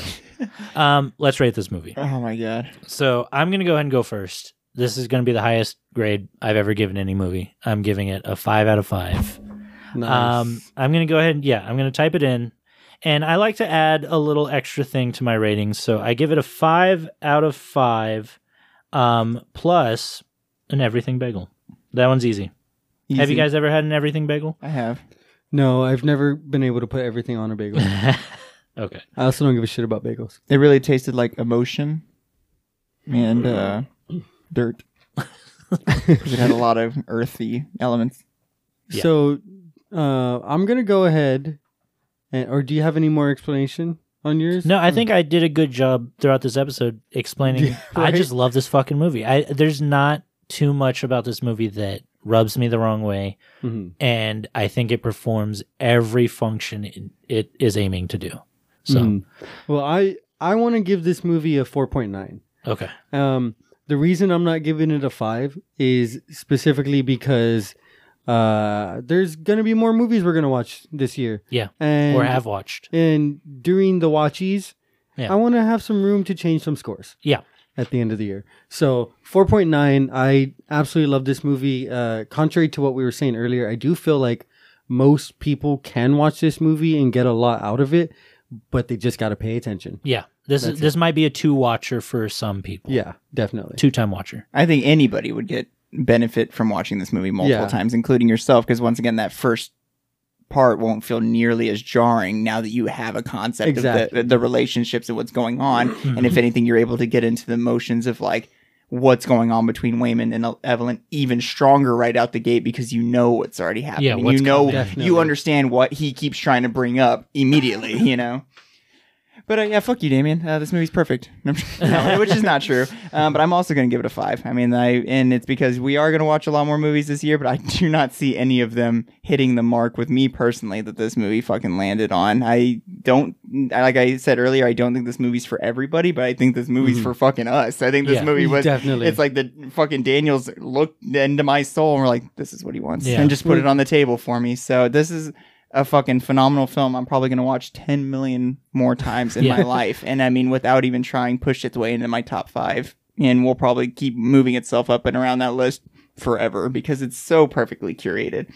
um, let's rate this movie. oh my god. So I'm going to go ahead and go first. This is going to be the highest grade I've ever given any movie. I'm giving it a five out of five. Um, I'm going to go ahead and, yeah, I'm going to type it in. And I like to add a little extra thing to my ratings. So I give it a five out of five um, plus an everything bagel. That one's easy. Have Easy. you guys ever had an everything bagel? I have. no, I've never been able to put everything on a bagel. Okay. I also don't give a shit about bagels. It really tasted like emotion and uh, dirt. 'Cause it had a lot of earthy elements. Yeah. So, uh, I'm gonna go ahead. And, or do you have any more explanation on yours? No, I think I did a good job throughout this episode explaining. Hmm. Yeah, I right? just love this fucking movie. I there's not too much about this movie that rubs me the wrong way, Mhm. and I think it performs every function it, it is aiming to do. So Mm. Well, I I want to give this movie a 4.9. okay, Um, the reason I'm not giving it a five is specifically because uh, there's gonna be more movies we're gonna watch this year, yeah, and or have watched. and during the watchies, Yeah. I want to have some room to change some scores Yeah, at the end of the year. So 4.9, I absolutely love this movie. Uh, contrary to what we were saying earlier, I do feel like most people can watch this movie and get a lot out of it, but they just got to pay attention. yeah. This That's is it. this might be a two watcher for some people. Yeah, definitely. Two time watcher. I think anybody would get benefit from watching this movie multiple Yeah. times, including yourself, because once again, that first part won't feel nearly as jarring now that you have a concept of Exactly. the, the relationships and what's going on. and if anything, you're able to get into the emotions of like what's going on between Wayman and Evelyn even stronger right out the gate because you know what's already happening. what's you know, you coming. Definitely. understand what he keeps trying to bring up immediately, you know? But uh, yeah, fuck you, Damien. Uh, this movie's perfect, No, which is not true. Um, but I'm also going to give it a five. I mean, I and it's because we are going to watch a lot more movies this year, but I do not see any of them hitting the mark with me personally that this movie fucking landed on. I don't, like I said earlier, I don't think this movie's for everybody, but I think this movie's for fucking us. I think this Yeah. movie was Definitely. It's like the fucking Daniels looked into my soul and were like, "This is what he wants," Yeah. and just put it on the table for me. So this is a fucking phenomenal film. I'm probably going to watch 10 million more times in my Yeah. life. And I mean, without even trying, pushed its way into my top five. And we'll probably keep moving itself up and around that list forever because it's so perfectly curated.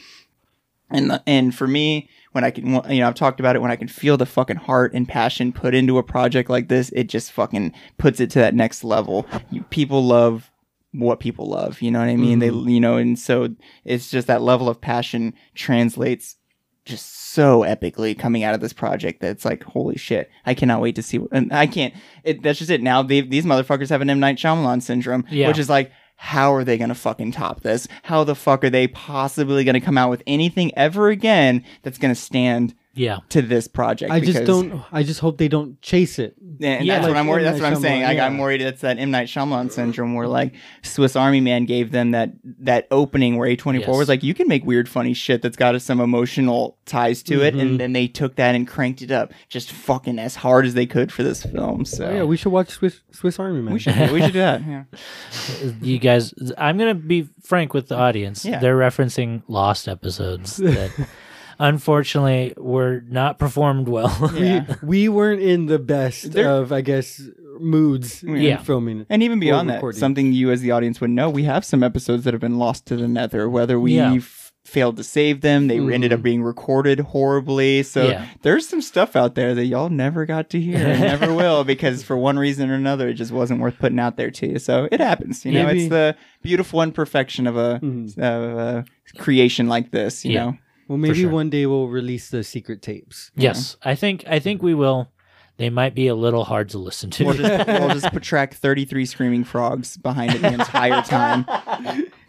And the, and for me, when I can, you know, I've talked about it. When I can feel the fucking heart and passion put into a project like this, it just fucking puts it to that next level. You, people love what people love. You know what I mean? They, you know, and so it's just that level of passion translates just so epically coming out of this project that it's like holy shit i cannot wait to see and i can't it, that's just it now they, these motherfuckers have an m-night Shyamalan syndrome Yeah. which is like how are they gonna fucking top this how the fuck are they possibly gonna come out with anything ever again that's gonna stand Yeah. to this project I just Because- don't. I just hope they don't chase it. and Yeah, that's like what I'm worried. M. That's Night what I'm saying. Shyamalan, Like, yeah. I'm worried that's that M Night Shyamalan syndrome, where like Swiss Army Man gave them that that opening where A24 Yes. was like, you can make weird, funny shit that's got some emotional ties to it, and then they took that and cranked it up just fucking as hard as they could for this film. So Oh, yeah, we should watch Swiss Swiss Army Man. we should we should do that. Yeah. You guys, I'm gonna be frank with the audience. Yeah. They're referencing lost episodes that, unfortunately, were not performed well. Yeah. We weren't in the best There- of, I guess, moods Yeah. in filming. And even beyond that, recording. something you as the audience would know, we have some episodes that have been lost to the nether, whether we Yeah. f- failed to save them, they ended up being recorded horribly. So Yeah. there's some stuff out there that y'all never got to hear and never will because for one reason or another, it just wasn't worth putting out there to you. So it happens, you know, Maybe- it's the beautiful imperfection of a, Mhm. of a creation like this, you Yeah. know? Well, maybe sure. one day we'll release the secret tapes. yes, I think I think we will. They might be a little hard to listen to. We'll just, we'll just put track 33 screaming frogs behind it the entire time.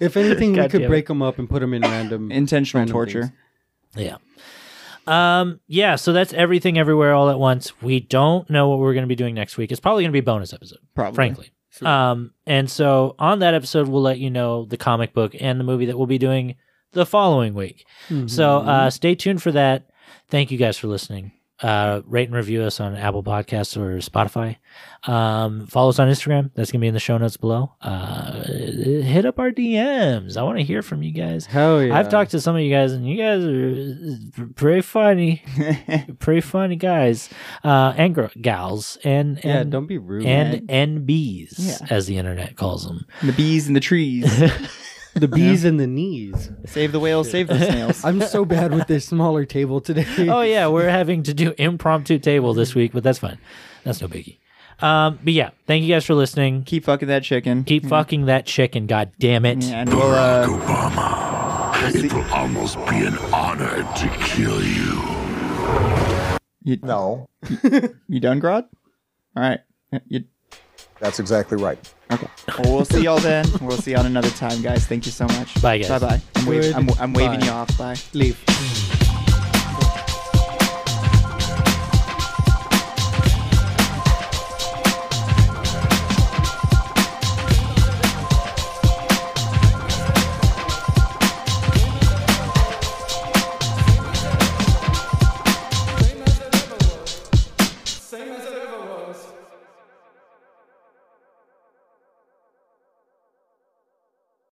If anything, we God could damn break them up and put them in random. Intentional Random torture. things. Yeah. Um, yeah, so that's everything everywhere all at once. We don't know what we're going to be doing next week. It's probably going to be a bonus episode, Probably. frankly. Um, and so on that episode, we'll let you know the comic book and the movie that we'll be doing the following week. Mm-hmm. So uh, stay tuned for that. Thank you guys for listening. Uh, rate and review us on Apple Podcasts or Spotify. Um, follow us on Instagram. That's going to be in the show notes below. Uh, hit up our DMs. I want to hear from you guys. Hell yeah! I've talked to some of you guys, and you guys are uh, pretty funny, pretty funny guys, uh, and gr- gals, and, and Yeah, don't be rude. and NBs Yeah. as the internet calls them. The bees and the trees. the bees and the knees. Save the whales, save the snails. I'm so bad with this smaller table today. oh yeah, we're having to do impromptu table this week, but that's fine. That's no biggie. Um, but yeah, thank you guys for listening. Keep fucking that chicken. Keep fucking that chicken, god damn it. and we'll, uh, It will almost be an honor to kill you. you, No, you done, Grod? All right. You, that's exactly right. okay. Well, we'll see y'all then. We'll see y'all another time, guys. Thank you so much. Bye, guys. Bye, bye. I'm, waving. I'm, I'm waving Goodbye. you off. Bye. Leave.